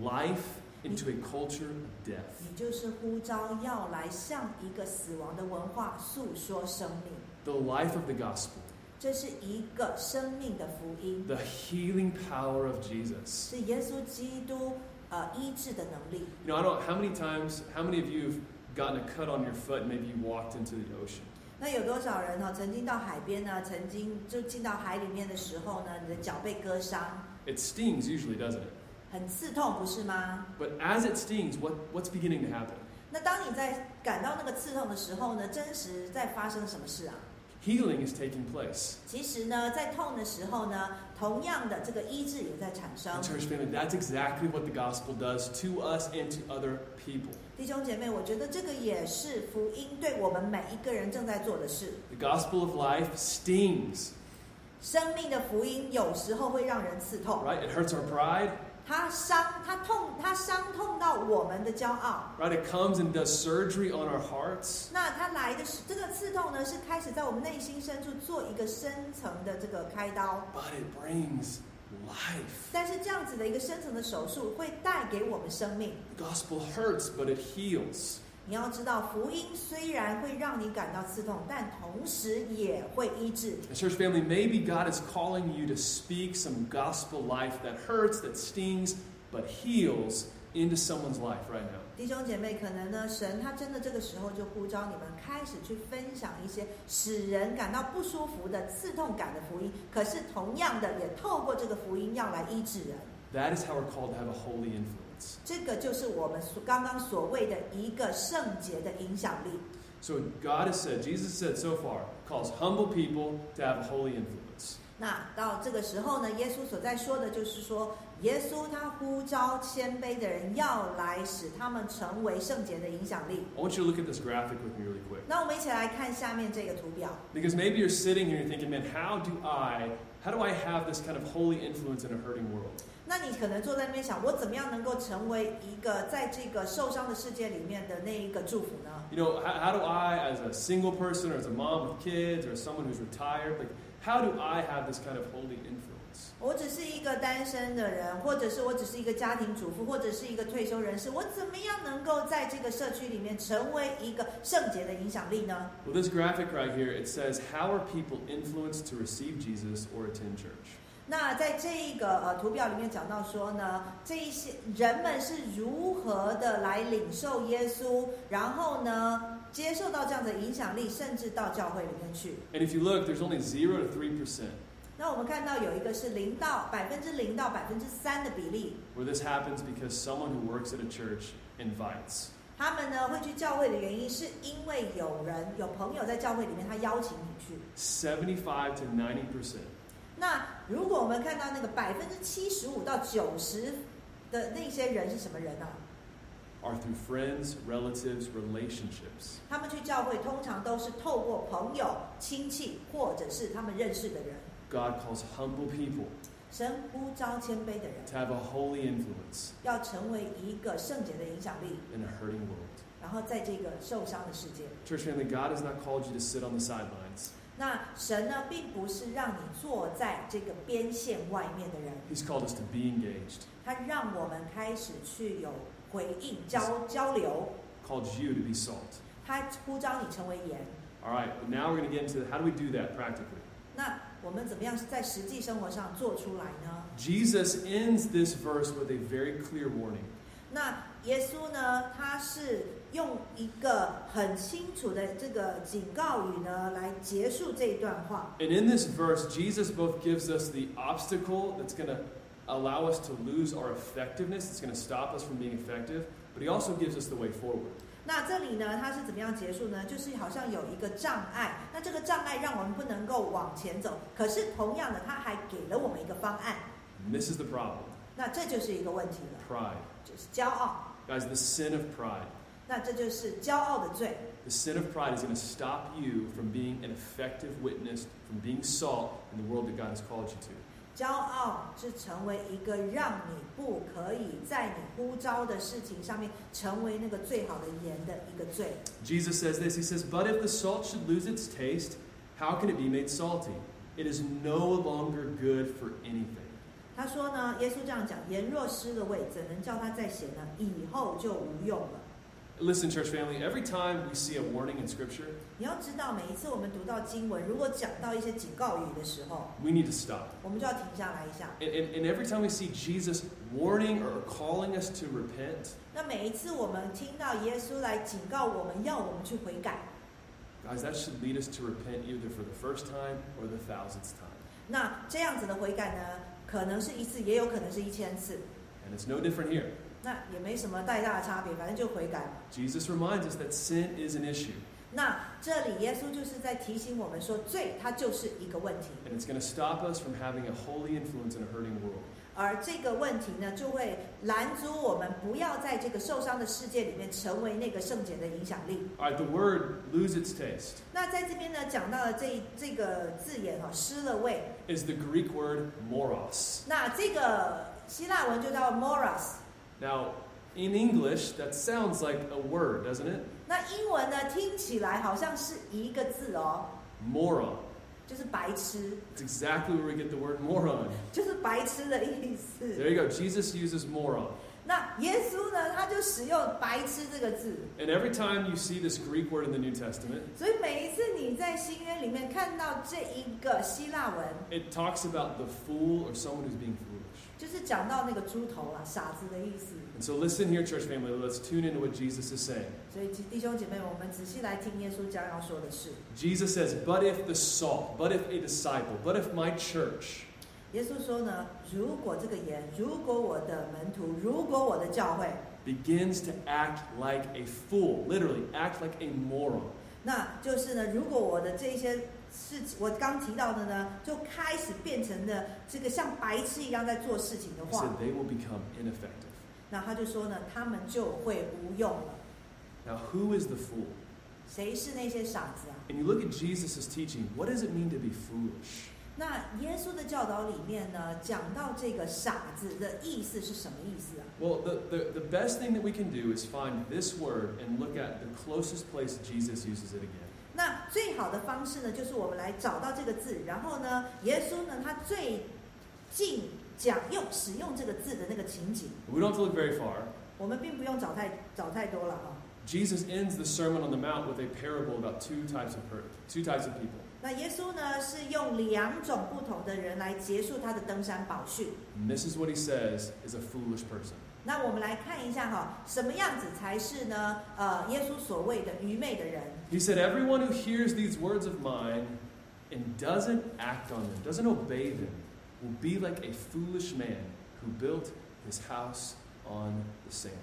[SPEAKER 1] life into a culture of death.
[SPEAKER 2] 你就是呼召要来向一个死亡的文化诉说生命。
[SPEAKER 1] The life of the gospel,
[SPEAKER 2] 这是一个生命的福音，
[SPEAKER 1] the healing power of Jesus.
[SPEAKER 2] 是耶稣基督呃医治的能力。
[SPEAKER 1] You know, I don't how many times, how many of you have gotten a cut on your foot and maybe you walked into the ocean?
[SPEAKER 2] 那有多少人呢、曾经到海边呢？曾经就进到海里面的时候呢，你的脚被割伤，
[SPEAKER 1] It stings usually, doesn't it?
[SPEAKER 2] 很刺痛，不是吗？
[SPEAKER 1] But as it stings, what, what's beginning to happen?
[SPEAKER 2] 那当你在感到那个刺痛的时候呢，真实在发生什么事啊？
[SPEAKER 1] Healing is taking place.
[SPEAKER 2] 其实呢，在痛的时候呢，同样的这个医治也在产生
[SPEAKER 1] And。church family, that's exactly what the gospel does to us and to other people.
[SPEAKER 2] 弟兄姐妹，我觉得这个也是福音对我们每一个人正在做的事。
[SPEAKER 1] The gospel of life stings,
[SPEAKER 2] 生命的福音有时候会让人刺痛。
[SPEAKER 1] right? It hurts our pride,
[SPEAKER 2] 他伤，他痛，他伤痛到我们的骄傲。
[SPEAKER 1] right? It comes and does surgery on our hearts.
[SPEAKER 2] 那他来的是这个刺痛呢，是开始在我们内心深处做一个深层的这个开刀。
[SPEAKER 1] but it brings life.
[SPEAKER 2] 但是这样子的一个深层的手术会带给我们生命。
[SPEAKER 1] The gospel hurts, but it heals.
[SPEAKER 2] 你要知道，福音虽然会让你感到刺痛，但同时也会医治。
[SPEAKER 1] And church family, maybe God is calling you to speak some gospel life that hurts, that stings, but heals into someone's life right now.
[SPEAKER 2] 弟兄姐妹，可能呢，神他真的这个时候就呼召你们开始去分享一些使人感到不舒服的刺痛感的福音，可是同样的，也透过这个福音要来医治人。
[SPEAKER 1] That is how we're called to have a holy influence.
[SPEAKER 2] 这个就是我们所刚刚所谓的一个圣洁的影响力。
[SPEAKER 1] So God has said, Jesus said so far, calls humble people to have a holy influence.
[SPEAKER 2] 那到这个时候呢，耶稣所在说的就是说，耶稣他呼召谦卑的人要来，使他们成为圣洁的影响力。
[SPEAKER 1] I want you to look at this graphic with me really quick.
[SPEAKER 2] 那我们一起来看下面这个图表。
[SPEAKER 1] Because maybe you're sitting here and you're thinking, man, how do I, how do I have this kind of holy influence in a hurting world?
[SPEAKER 2] 那你可能坐在那边想，我怎么样能够成为一个在这个受伤的世界里面的那一个祝福呢？
[SPEAKER 1] You know, how, how do I, as a single person or as a mom with kids or as someone who's retired, like, how do I have this kind of holy influence?
[SPEAKER 2] 我只是一个单身的人，或者是我只是一个家庭主妇，或者是一个退休人士，我怎么样能够在这个社区里面成为一个圣洁的影响力呢？
[SPEAKER 1] Well, this graphic right here, it says, how are people influenced to receive Jesus or attend church?
[SPEAKER 2] 那在这个呃图表里面讲到说呢，这一些人们是如何的来领受耶稣，然后呢接受到这样的影响力，甚至到教会里面去。
[SPEAKER 1] And if you look, there's only 0 to 3%
[SPEAKER 2] 那我们看到有一个是零到百分之零到百分之三的比例，
[SPEAKER 1] where this happens because someone who works at a church invites.
[SPEAKER 2] 他们呢会去教会的原因是因为有人有朋友在教会里面，他邀请你去。
[SPEAKER 1] 75 to 90%
[SPEAKER 2] 那如果我们看到那个百分之七十五到九十的那些人是什么人呢、啊
[SPEAKER 1] are through friends, relatives, relationships.
[SPEAKER 2] 他们去教会通常都是透过朋友、亲戚或者是他们认识的人。
[SPEAKER 1] God calls humble people
[SPEAKER 2] 神呼召谦卑的人
[SPEAKER 1] to have a holy influence
[SPEAKER 2] 要成为一个圣洁的影响力，
[SPEAKER 1] in a hurting world.
[SPEAKER 2] 然后在这个受伤的世界，
[SPEAKER 1] Church family, God has not called you to sit on the sidelines.
[SPEAKER 2] 那神呢并不是让你坐在这个边线外面的人，
[SPEAKER 1] He's called us to be engaged,
[SPEAKER 2] 他让我们开始去有回应、交交流，
[SPEAKER 1] called you to be salt.
[SPEAKER 2] 他呼召你成为盐。
[SPEAKER 1] All right, but now we're going to get into how do we do that practically?
[SPEAKER 2] 那我们怎么样在实际生活上做出来呢？
[SPEAKER 1] Jesus ends this verse with a very clear warning.
[SPEAKER 2] 那耶稣呢，他是用一个很清楚的这个警告语呢，来结束这一段话。
[SPEAKER 1] And in this verse, Jesus both gives us the obstacle that's going to allow us to lose our effectiveness, it's going to stop us from being effective, but he also gives us the way forward.
[SPEAKER 2] 那这里呢，它是怎么样结束呢？就是好像有一个障碍，那这个障碍让我们不能够往前走。可是同样的，他还给了我们一个方案，
[SPEAKER 1] And this is the problem
[SPEAKER 2] 那这就是一个问题了，
[SPEAKER 1] pride.
[SPEAKER 2] 就是骄傲。
[SPEAKER 1] Guys, the sin of pride.
[SPEAKER 2] 那这就是骄傲的罪。
[SPEAKER 1] The sin of pride is going to stop you from being an effective witness, from being salt in the world that God has called you to.
[SPEAKER 2] 骄傲是成为一个让你不可以在你呼召的事情上面成为那个最好的盐的一个罪。
[SPEAKER 1] Jesus says this He says, But if the salt should lose its taste, how can it be made salty? It is no longer good for anything.
[SPEAKER 2] 他说呢，耶稣这样讲：盐若失了味，怎能叫它再咸呢？以后就无用了。
[SPEAKER 1] Listen, church family, every time we see a warning in Scripture,
[SPEAKER 2] 你要知道，每一次我们读到经文，如果讲到一些警告语的时候，
[SPEAKER 1] we need to stop.
[SPEAKER 2] 我们就要停下来一下。
[SPEAKER 1] And, and, and every time we see Jesus warning or calling us to repent,
[SPEAKER 2] 那每一次我们听到耶稣来警告我们，要我们去悔改，
[SPEAKER 1] guys, that should lead us to repent either for the first time or the thousandth time.
[SPEAKER 2] 那这样子的悔改呢，可能是一次，也有可能是一千次，
[SPEAKER 1] And it's no different here.
[SPEAKER 2] 那也没什么太大的差别，反正就悔改嘛。
[SPEAKER 1] Jesus reminds us that sin is an issue
[SPEAKER 2] 那这里耶稣就是在提醒我们说，罪它就是一个问题，
[SPEAKER 1] and it's going to stop us from having a holy influence in a hurting world.
[SPEAKER 2] 而这个问题呢，就会拦阻我们不要在这个受伤的世界里面成为那个圣洁的影响力。
[SPEAKER 1] All right, the word lose its taste
[SPEAKER 2] 那在这边呢，讲到了这这个字眼哦，失了味。
[SPEAKER 1] is the Greek word moros.
[SPEAKER 2] 那这个希腊文就叫 moras。
[SPEAKER 1] Now, in English, that sounds like a word, doesn't it?
[SPEAKER 2] 那英文呢，听起来好像是一个字哦，
[SPEAKER 1] Moron.
[SPEAKER 2] 就是白痴，
[SPEAKER 1] It's exactly where we get the word moron.
[SPEAKER 2] 就是白痴的意思。
[SPEAKER 1] There you go. Jesus uses moron.
[SPEAKER 2] 那耶稣呢，他就使用“白痴”这个字，
[SPEAKER 1] And every time you see this Greek word in the New Testament,
[SPEAKER 2] 所以每一次你在新约里面看到这一个希腊文，
[SPEAKER 1] it talks about the fool or someone who's being foolish.
[SPEAKER 2] 就是讲到那个猪头啊、傻子的意思。
[SPEAKER 1] And so listen here, church family, let's tune into what Jesus is saying.
[SPEAKER 2] 所以弟兄姐妹，我们仔细来听耶稣将要说的事。
[SPEAKER 1] Jesus says, But if the salt, but if a disciple, but if my church,
[SPEAKER 2] 耶稣说呢，如果这个盐，如果我的门徒，如果我的教会，
[SPEAKER 1] begins to act like a fool, literally, act like a moron,
[SPEAKER 2] 那就是呢，如果我的这一些事情，我刚提到的呢，就开始变成了这个像白痴一样在做事情的
[SPEAKER 1] he said
[SPEAKER 2] 话，
[SPEAKER 1] they will become ineffective.
[SPEAKER 2] 那他就说呢，他们就会无用了。
[SPEAKER 1] Now, who is the fool?
[SPEAKER 2] 谁是那些傻子啊？
[SPEAKER 1] And you look at Jesus' teaching, what does it mean to be foolish?
[SPEAKER 2] 那耶稣的教导里面呢，讲到这个傻子的意思是什么意思啊？
[SPEAKER 1] Well, the, the, the best thing that we can do is find this word and look at the closest place Jesus uses it again.
[SPEAKER 2] 那最好的方式呢，就是我们来找到这个字，然后呢，耶稣呢，他最近讲用使用这个字的那个情景，
[SPEAKER 1] We don't have to look very far.
[SPEAKER 2] 我们并不用找太找太多了啊。
[SPEAKER 1] Jesus ends the Sermon on the Mount with a parable about two types of per- two types of people:
[SPEAKER 2] 那耶稣呢，是用两种不同的人来结束他的登山宝训。
[SPEAKER 1] And this is what he says is a foolish person.
[SPEAKER 2] 那我们来看一下哈，什么样子才是呢？呃，耶稣所谓的愚昧的人。
[SPEAKER 1] He said, "Everyone who hears these words of mine and doesn't act on them, doesn't obey them, will be like a foolish man who built his house on the sand."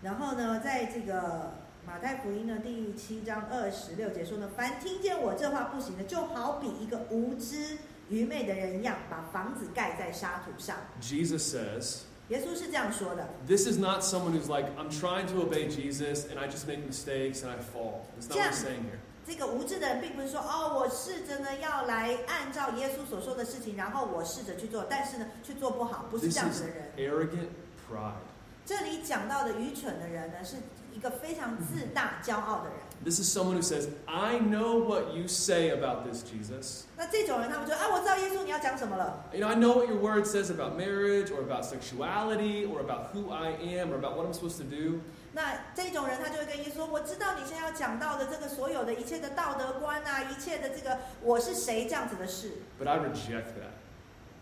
[SPEAKER 2] 然后呢，在这个马太福音呢第七章二十六节说呢，凡听见我这话不行的，就好比一个无知愚昧的人一样，把房子盖在沙土上。
[SPEAKER 1] Jesus says,
[SPEAKER 2] 耶稣是这样说的，
[SPEAKER 1] "This is not someone who's like, I'm trying to obey Jesus and I just make mistakes and I fall." That's not what he's
[SPEAKER 2] Yeah.
[SPEAKER 1] saying here.
[SPEAKER 2] 这个无知的人并不是说哦，我试着呢要来按照耶稣所说的事情，然后我试着去做，但是呢却做不好，不是
[SPEAKER 1] This
[SPEAKER 2] 这样子
[SPEAKER 1] is
[SPEAKER 2] 的人。
[SPEAKER 1] arrogant pride.
[SPEAKER 2] 这里讲到的愚蠢的人呢，是一个非常自大、骄傲的人。
[SPEAKER 1] This is someone who says, I know what you say about this, Jesus.
[SPEAKER 2] 那这种人，他们就啊，我知道耶稣你要讲什么了。
[SPEAKER 1] You know, I know what your word says about marriage or about sexuality or about who I am or about what I'm supposed to do.
[SPEAKER 2] 那这种人，他就会跟耶稣说：“我知道你现在要讲到的这个所有的一切的道德观啊，一切的这个我是谁这样子的事，
[SPEAKER 1] But I reject that.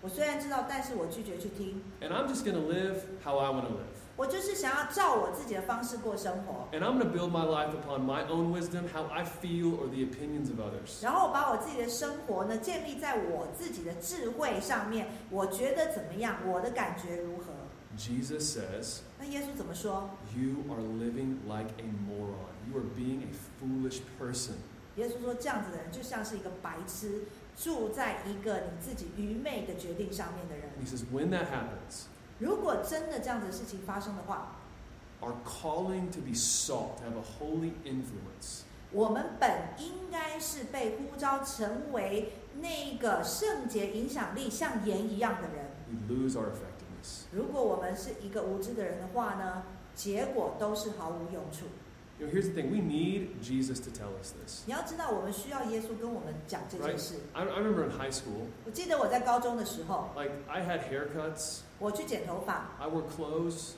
[SPEAKER 2] 我虽然知道，但是我拒绝去听。
[SPEAKER 1] And I'm just going to live how I want to live.
[SPEAKER 2] 我就是想要照我自己的方式过生活，
[SPEAKER 1] And I'm going to build my life upon my own wisdom, how I feel, or the opinions of others.
[SPEAKER 2] 然后我把我自己的生活呢建立在我自己的智慧上面，我觉得怎么样，我的感觉如何。
[SPEAKER 1] Jesus says, ”
[SPEAKER 2] 那耶稣怎么说？
[SPEAKER 1] You are living like a moron. You are being a foolish person.
[SPEAKER 2] 耶稣说：“这样子的人就像是一个白痴，住在一个你自己愚昧的决定上面的人。
[SPEAKER 1] And he says, When that happens,
[SPEAKER 2] 如果真的这样子的事情发生的话，
[SPEAKER 1] our calling to be salt, to have a holy influence,
[SPEAKER 2] 我们本应该是被呼召成为那个圣洁、影响力像盐一样的人。
[SPEAKER 1] we lose our effectiveness.
[SPEAKER 2] 如果我们是一个无知的人的话呢，结果都是毫无用处。
[SPEAKER 1] You know, here's the thing we need Jesus to tell us this.
[SPEAKER 2] 你要知道，我们需要耶稣跟我们讲这件事。
[SPEAKER 1] I, I remember in high school,
[SPEAKER 2] 我记得我在高中的时候，
[SPEAKER 1] like, I had haircuts,
[SPEAKER 2] 我去剪头发，
[SPEAKER 1] I wore clothes,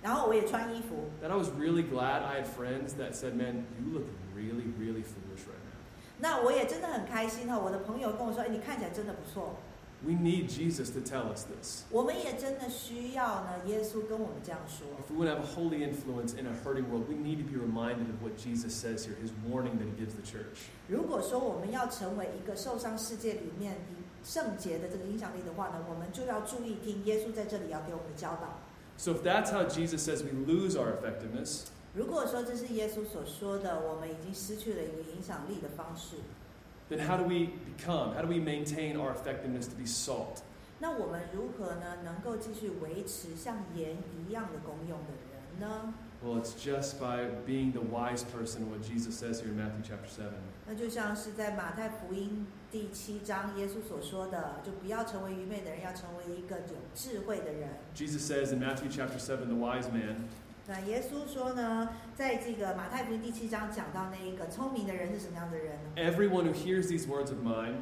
[SPEAKER 2] 然后我也穿衣服。
[SPEAKER 1] that I was really glad I had friends that said, Man, you look really, really foolish right now.
[SPEAKER 2] 那我也真的很开心哈、哦我的朋友跟我说：“哎，你看起来真的不错。
[SPEAKER 1] We need Jesus to tell us this. ”
[SPEAKER 2] 我们也真的需要呢，耶稣跟我们这样说。
[SPEAKER 1] If we want to have a holy influence in a hurting world, we need to be reminded of what Jesus says here, his warning that he gives the church.
[SPEAKER 2] 如果说我们要成为一个受伤世界里面圣洁的这个影响力的话呢，我们就要注意听耶稣在这里要给我们的教导。
[SPEAKER 1] So if that's how Jesus says we lose our effectiveness,
[SPEAKER 2] 如果说这是耶稣所说的，我们已经失去了一个影响力的方式，
[SPEAKER 1] then how do we become? How do we maintain our effectiveness to be salt?
[SPEAKER 2] 那我们如何呢能够继续维持像盐一样的功用的人呢？
[SPEAKER 1] Well, it's just by being the wise person, what Jesus says here in Matthew chapter 7.
[SPEAKER 2] 那就像是在马太福音第七章耶稣所说的，就不要成为愚昧的人，要成为一个有智慧的人。
[SPEAKER 1] Jesus says in Matthew chapter 7, the wise man,
[SPEAKER 2] 那耶稣说呢，在这个马太福音第七章讲到那一个聪明的人是什么样的人呢？
[SPEAKER 1] Everyone who hears these words of mine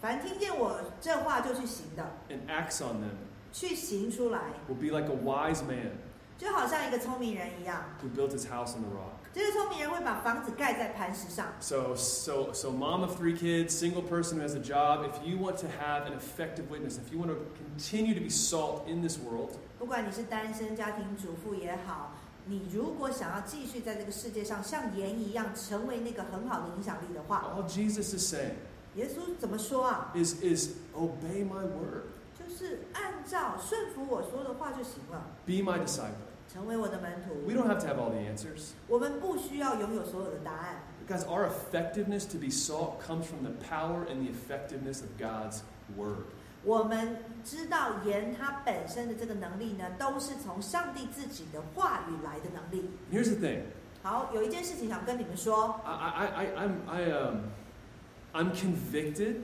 [SPEAKER 2] 凡听见我这话就去行的，
[SPEAKER 1] and acts on them
[SPEAKER 2] 去行出来，
[SPEAKER 1] will be like a wise man
[SPEAKER 2] 就好像一个聪明人一样。
[SPEAKER 1] who built his house on the rock.
[SPEAKER 2] 这个聪明人会把房子盖在磐石上。
[SPEAKER 1] So, so, so, mom of three kids, single person who has a job, if you want to have an effective witness, if you want to continue to be salt in this world,
[SPEAKER 2] 不管你是单身家庭主妇也好，你如果想要继续在这个世界上像盐一样成为那个很好的影响力的话，
[SPEAKER 1] all Jesus is saying
[SPEAKER 2] 耶稣怎么说啊？
[SPEAKER 1] is, is obey my word,
[SPEAKER 2] 就是按照顺服我说的话就行了，
[SPEAKER 1] be my disciple.
[SPEAKER 2] 成为我的门徒
[SPEAKER 1] We。don't have to have all the answers.
[SPEAKER 2] 我们不需要拥有所有的答案，
[SPEAKER 1] Guys, our effectiveness to be salt comes from the power and the effectiveness of God's word.
[SPEAKER 2] 我们知道盐它本身的这个能力呢，都是从上帝自己的话语来的能力。
[SPEAKER 1] And here's the thing
[SPEAKER 2] 好，有一件事情想跟你们说，
[SPEAKER 1] I, I, I, I'm, I, um, I'm convicted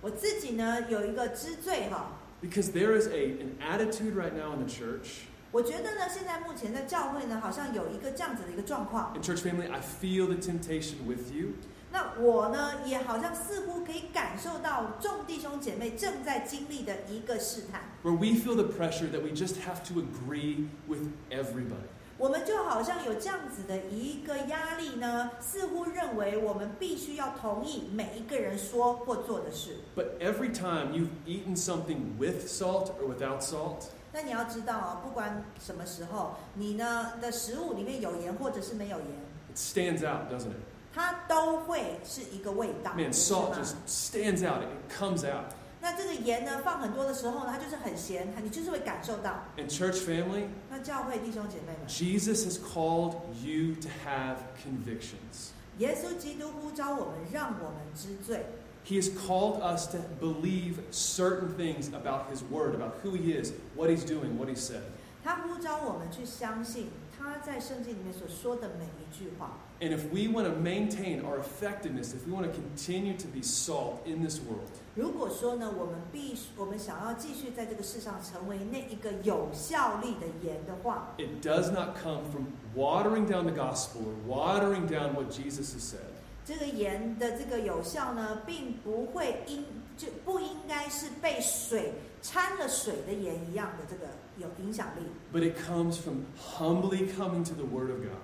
[SPEAKER 2] 我自己呢有一个知罪哈、
[SPEAKER 1] because there is a, an attitude right now in the church,
[SPEAKER 2] 我觉得呢，现在目前在教会呢，好像有一个这样子的一个状况。
[SPEAKER 1] in church family, I feel the temptation with you
[SPEAKER 2] 那我呢，也好像似乎可以感受到众弟兄姐妹正在经历的一个试探。
[SPEAKER 1] where we feel the pressure that we just have to agree with everybody.
[SPEAKER 2] 我们就好像有这样子的一个压力呢，似乎认为我们必须要同意每一个人说或做的事。
[SPEAKER 1] But every time you've eaten something with salt or without salt,
[SPEAKER 2] 那你要知道啊，不管什么时候，你呢的食物里面有盐或者是没有盐，
[SPEAKER 1] it stands out, doesn't it?
[SPEAKER 2] 它都会是一个味道。
[SPEAKER 1] Man,
[SPEAKER 2] 是
[SPEAKER 1] salt
[SPEAKER 2] 吗
[SPEAKER 1] just stands out, it comes out.
[SPEAKER 2] 那这个盐呢，放很多的时候呢，它就是很咸，你就是会感受到。
[SPEAKER 1] And church family,
[SPEAKER 2] 那教会弟兄姐妹们，
[SPEAKER 1] Jesus has called you to have convictions.
[SPEAKER 2] 耶稣基督呼召我们，让我们知罪。
[SPEAKER 1] He has called us to believe certain things about His Word, about who He is, what He's doing, what He said.
[SPEAKER 2] 他呼召我们去相信他在圣经里面所说的每一句话。
[SPEAKER 1] And if we want to maintain our effectiveness, if we want to continue to be salt in this world,
[SPEAKER 2] 如果说呢，我们必须，我们想要继续在这个世上成为那一个有效力的盐的话，
[SPEAKER 1] it does not come from watering down the gospel or watering down what Jesus has said.
[SPEAKER 2] 这个盐的这个有效呢，并不会因就不应该是被水掺了水的盐一样的这个有影响力。
[SPEAKER 1] But it comes from humbly coming to the Word of God.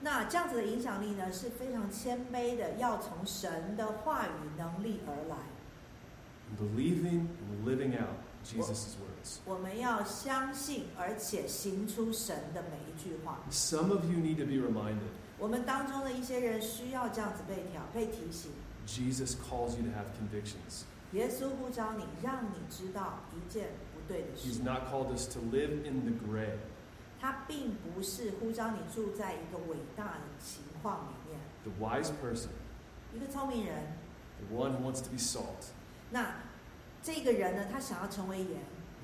[SPEAKER 2] 那这样子的影响力呢，是非常谦卑的，要从神的话语能力而来。
[SPEAKER 1] and believing and living out Jesus' words.
[SPEAKER 2] 我们要相信，而且行出神的每一句话。
[SPEAKER 1] Some of you need to be reminded
[SPEAKER 2] 我们当中的一些人需要这样子被调被提醒。
[SPEAKER 1] Jesus calls you to have convictions.
[SPEAKER 2] 耶稣呼召你，让你知道一件不对的
[SPEAKER 1] He's
[SPEAKER 2] 事。
[SPEAKER 1] not called us to live in the gray.
[SPEAKER 2] 他并不是呼召你住在一个伟大的情况里面。
[SPEAKER 1] The wise person,
[SPEAKER 2] 一个聪明人，
[SPEAKER 1] the one who wants to be salt,
[SPEAKER 2] 那这个人呢，他想要成为盐，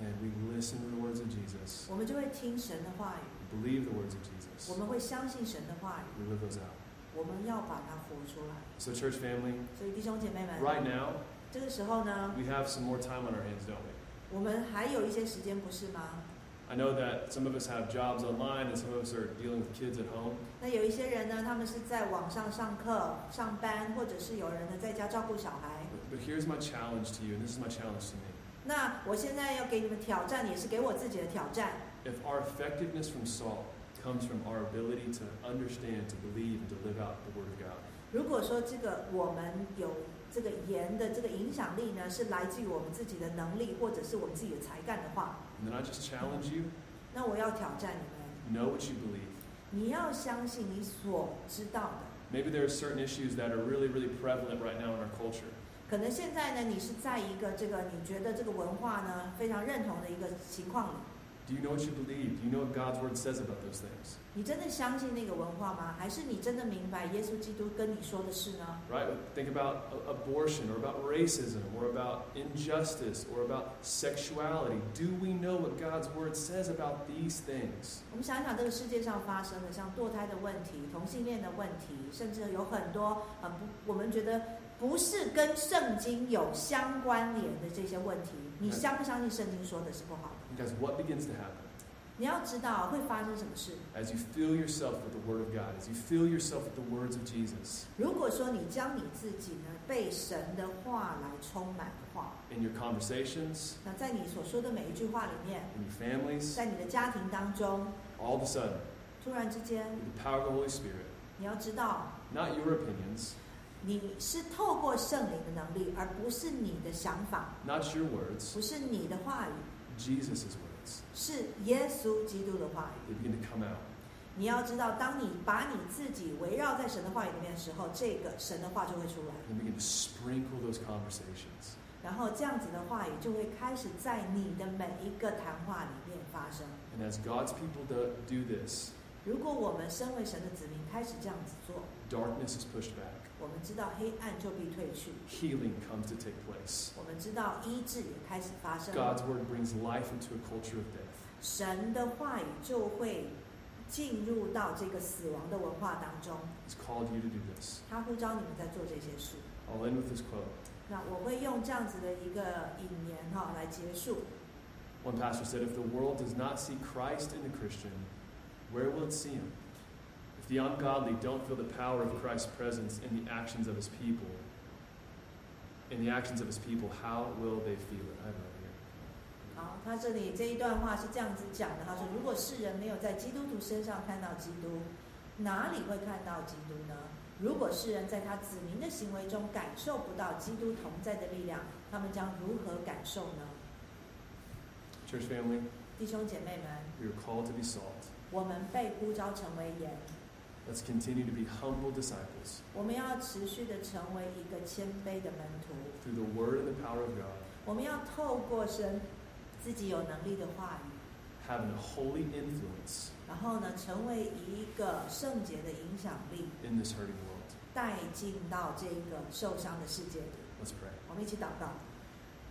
[SPEAKER 1] and we listen to the words of Jesus,
[SPEAKER 2] 我们就会听神的话语，
[SPEAKER 1] we believe the words of
[SPEAKER 2] 我
[SPEAKER 1] Jesus,
[SPEAKER 2] 们会相信神的话语，
[SPEAKER 1] we live those out.
[SPEAKER 2] 我们要把它活出来。
[SPEAKER 1] So, church family,
[SPEAKER 2] 所以弟兄姐妹们
[SPEAKER 1] right now,
[SPEAKER 2] 这个时候呢，
[SPEAKER 1] we have some more time on our hands, don't we?
[SPEAKER 2] 我们还有一些时间，不是吗？
[SPEAKER 1] I know that some of us have jobs online and some of us are dealing with kids at home.
[SPEAKER 2] 那有一些人呢，他们是在网上上课、上班，或者是有人呢在家照顾小孩。
[SPEAKER 1] But- But here's my challenge to you, and this is my challenge to me.
[SPEAKER 2] 那我现在要给你们挑战，也是给我自己的挑战。
[SPEAKER 1] If our effectiveness from salt comes from our ability to understand, to believe, and to live out the Word of God,
[SPEAKER 2] 如果说这个我们有这个盐的这个影响力呢，是来自于我们自己的能力，或者是我们自己的才干的话，
[SPEAKER 1] and then I just challenge you
[SPEAKER 2] 那我要挑战你们，
[SPEAKER 1] know what you believe.
[SPEAKER 2] 你要相信你所知道的。
[SPEAKER 1] Maybe there are certain issues that are really, really prevalent right now in our culture.
[SPEAKER 2] 可能现在呢，你是在一个这个你觉得这个文化呢非常认同的一个情况里，
[SPEAKER 1] Do you know what you believe? Do you know what God's Word says about those things?
[SPEAKER 2] 你真的相信那个文化吗？还是你真的明白耶稣基督跟你说的是呢？
[SPEAKER 1] Right? Think about a- abortion or about racism or about injustice or about sexuality. Do we know what God's Word says about these things?
[SPEAKER 2] 我们想一想这个世界上发生的，像堕胎的问题、同性恋的问题，甚至有很多呃不，我们觉得不是跟圣经有相关联的这些问题，你相不相信圣经说的是不好的？
[SPEAKER 1] And guys, what begins to happen?
[SPEAKER 2] 你要知道会发生什么事。
[SPEAKER 1] As you fill yourself with the Word of God, as you fill yourself with the words of Jesus
[SPEAKER 2] 如果说你将你自己呢被神的话来充满的话，
[SPEAKER 1] in your conversations,
[SPEAKER 2] 那在你所说的每一句话里面，
[SPEAKER 1] in your families,
[SPEAKER 2] 在你的家庭当中，
[SPEAKER 1] all of a sudden,
[SPEAKER 2] 突然之间，
[SPEAKER 1] with the power of the Holy Spirit,
[SPEAKER 2] 你要知道，
[SPEAKER 1] not your opinions,
[SPEAKER 2] 你是透过圣灵的能力，而不是你的想法，
[SPEAKER 1] not your words,
[SPEAKER 2] 不是你的话语，
[SPEAKER 1] Jesus' words,
[SPEAKER 2] 是耶稣基督的话语。
[SPEAKER 1] they begin to come out.
[SPEAKER 2] 你要知道，当你把你自己围绕在神的话语里面的时候，这个神的话就会出来，
[SPEAKER 1] And begin to sprinkle those conversations.
[SPEAKER 2] 然后这样子的话语就会开始在你的每一个谈话里面发生。
[SPEAKER 1] And as God's people do, do this,
[SPEAKER 2] 如果我们身为神的子民开始这样子做，
[SPEAKER 1] darkness is pushed back.
[SPEAKER 2] 我们知道黑暗就必退去，
[SPEAKER 1] Healing comes to take place.
[SPEAKER 2] 我们知道医治也开始发生，
[SPEAKER 1] God's word brings life into a culture of death.
[SPEAKER 2] 神的话语就会进入到这个死亡的文化当中。
[SPEAKER 1] He's called you to do this.
[SPEAKER 2] 他呼召你们在做这些事。
[SPEAKER 1] I'll end with this quote.
[SPEAKER 2] 那我会用这样子的一个引言哈来结束。
[SPEAKER 1] One pastor said, If the world does not see Christ in the Christian, where will it see him? If the ungodly don't feel the power of Christ's presence in the actions of his people, in the actions of his people, how will they feel it? I have it
[SPEAKER 2] 好，他这里这一段话是这样子讲的，他说：如果世人没有在基督徒身上看到基督，哪里会看到基督呢？如果世人在他子民的行为中感受不到基督同在的力量，他们将如何感受呢？
[SPEAKER 1] here. Church family,
[SPEAKER 2] 弟兄姐妹们，
[SPEAKER 1] we are called to be salt.
[SPEAKER 2] 我们被呼召成为盐，
[SPEAKER 1] Let's continue to be humble disciples
[SPEAKER 2] 我们要持续的成为一个谦卑的门徒。
[SPEAKER 1] through the word and the power of God,
[SPEAKER 2] 我们要透过神自己有能力的话语，
[SPEAKER 1] having a holy influence
[SPEAKER 2] 然后呢，成为一个圣洁的影响力，
[SPEAKER 1] in this hurting world.
[SPEAKER 2] 带进到这个受伤的世界里。
[SPEAKER 1] Let's pray.
[SPEAKER 2] 我们一起祷告，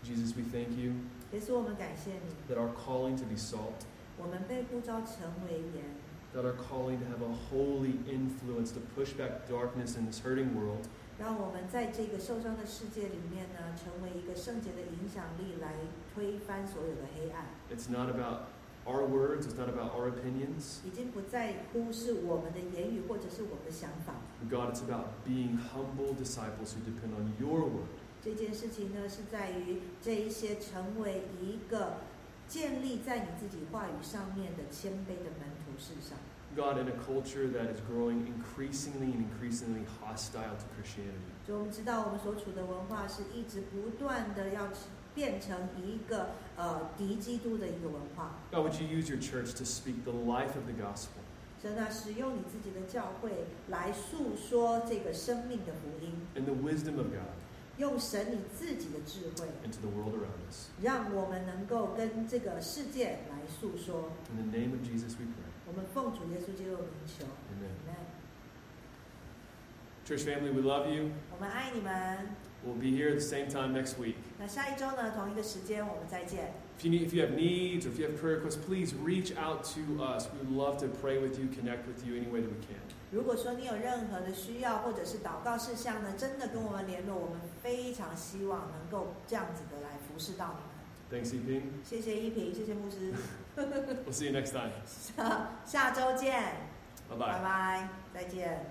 [SPEAKER 1] Jesus, we thank you
[SPEAKER 2] 耶稣，我们感谢你，
[SPEAKER 1] that our calling to be salt,
[SPEAKER 2] 我们被呼召成为盐，
[SPEAKER 1] that our calling to have a holy influence to push back darkness in this hurting world,
[SPEAKER 2] 让我们在这个受伤的世界里面呢，成为一个圣洁的影响力，来推翻所有的黑暗。
[SPEAKER 1] it's not about our words, it's not about our opinions.
[SPEAKER 2] 已经不再忽视我们的言语或者是我们的想法，
[SPEAKER 1] But God, it's about being humble disciples who depend on your word,
[SPEAKER 2] 这件事情呢，是在于这一些成为一个建立在你自己话语上面的谦卑的门徒事上。
[SPEAKER 1] God, in a culture that is growing increasingly and increasingly hostile to Christianity.
[SPEAKER 2] 所以我们知道，我们所处的文化是一直不断的要变成一个呃敌基督的一个文化。
[SPEAKER 1] God, would you use your church to speak the life of the gospel?
[SPEAKER 2] 神啊，使用你自己的教会来诉说这个生命的福音，
[SPEAKER 1] and the wisdom of God
[SPEAKER 2] 用神你自己的智慧，
[SPEAKER 1] into the world around us.
[SPEAKER 2] 让我们能够跟这个世界来诉说。
[SPEAKER 1] In the name of Jesus, we pray.
[SPEAKER 2] 我们奉主耶稣基督的名求，
[SPEAKER 1] Amen.
[SPEAKER 2] 阿门。
[SPEAKER 1] Church family, we love you.
[SPEAKER 2] 我们爱你们。
[SPEAKER 1] We'll be here at the same time next week.
[SPEAKER 2] 那下一周呢，同一个时间我们再见。
[SPEAKER 1] If you, need, if you have needs or if you have prayer requests, please reach out to us. We would love to pray with you, connect with you any way that we can.
[SPEAKER 2] 如果说你有任何的需要或者是祷告事项呢，真的跟我们联络，我们非常希望能够这样子的来服侍到你
[SPEAKER 1] Thanks, EP.
[SPEAKER 2] 们。谢谢依萍，谢谢牧师，
[SPEAKER 1] We'll see you next time.
[SPEAKER 2] 下周见，
[SPEAKER 1] Bye
[SPEAKER 2] 拜
[SPEAKER 1] bye.
[SPEAKER 2] 拜，再见。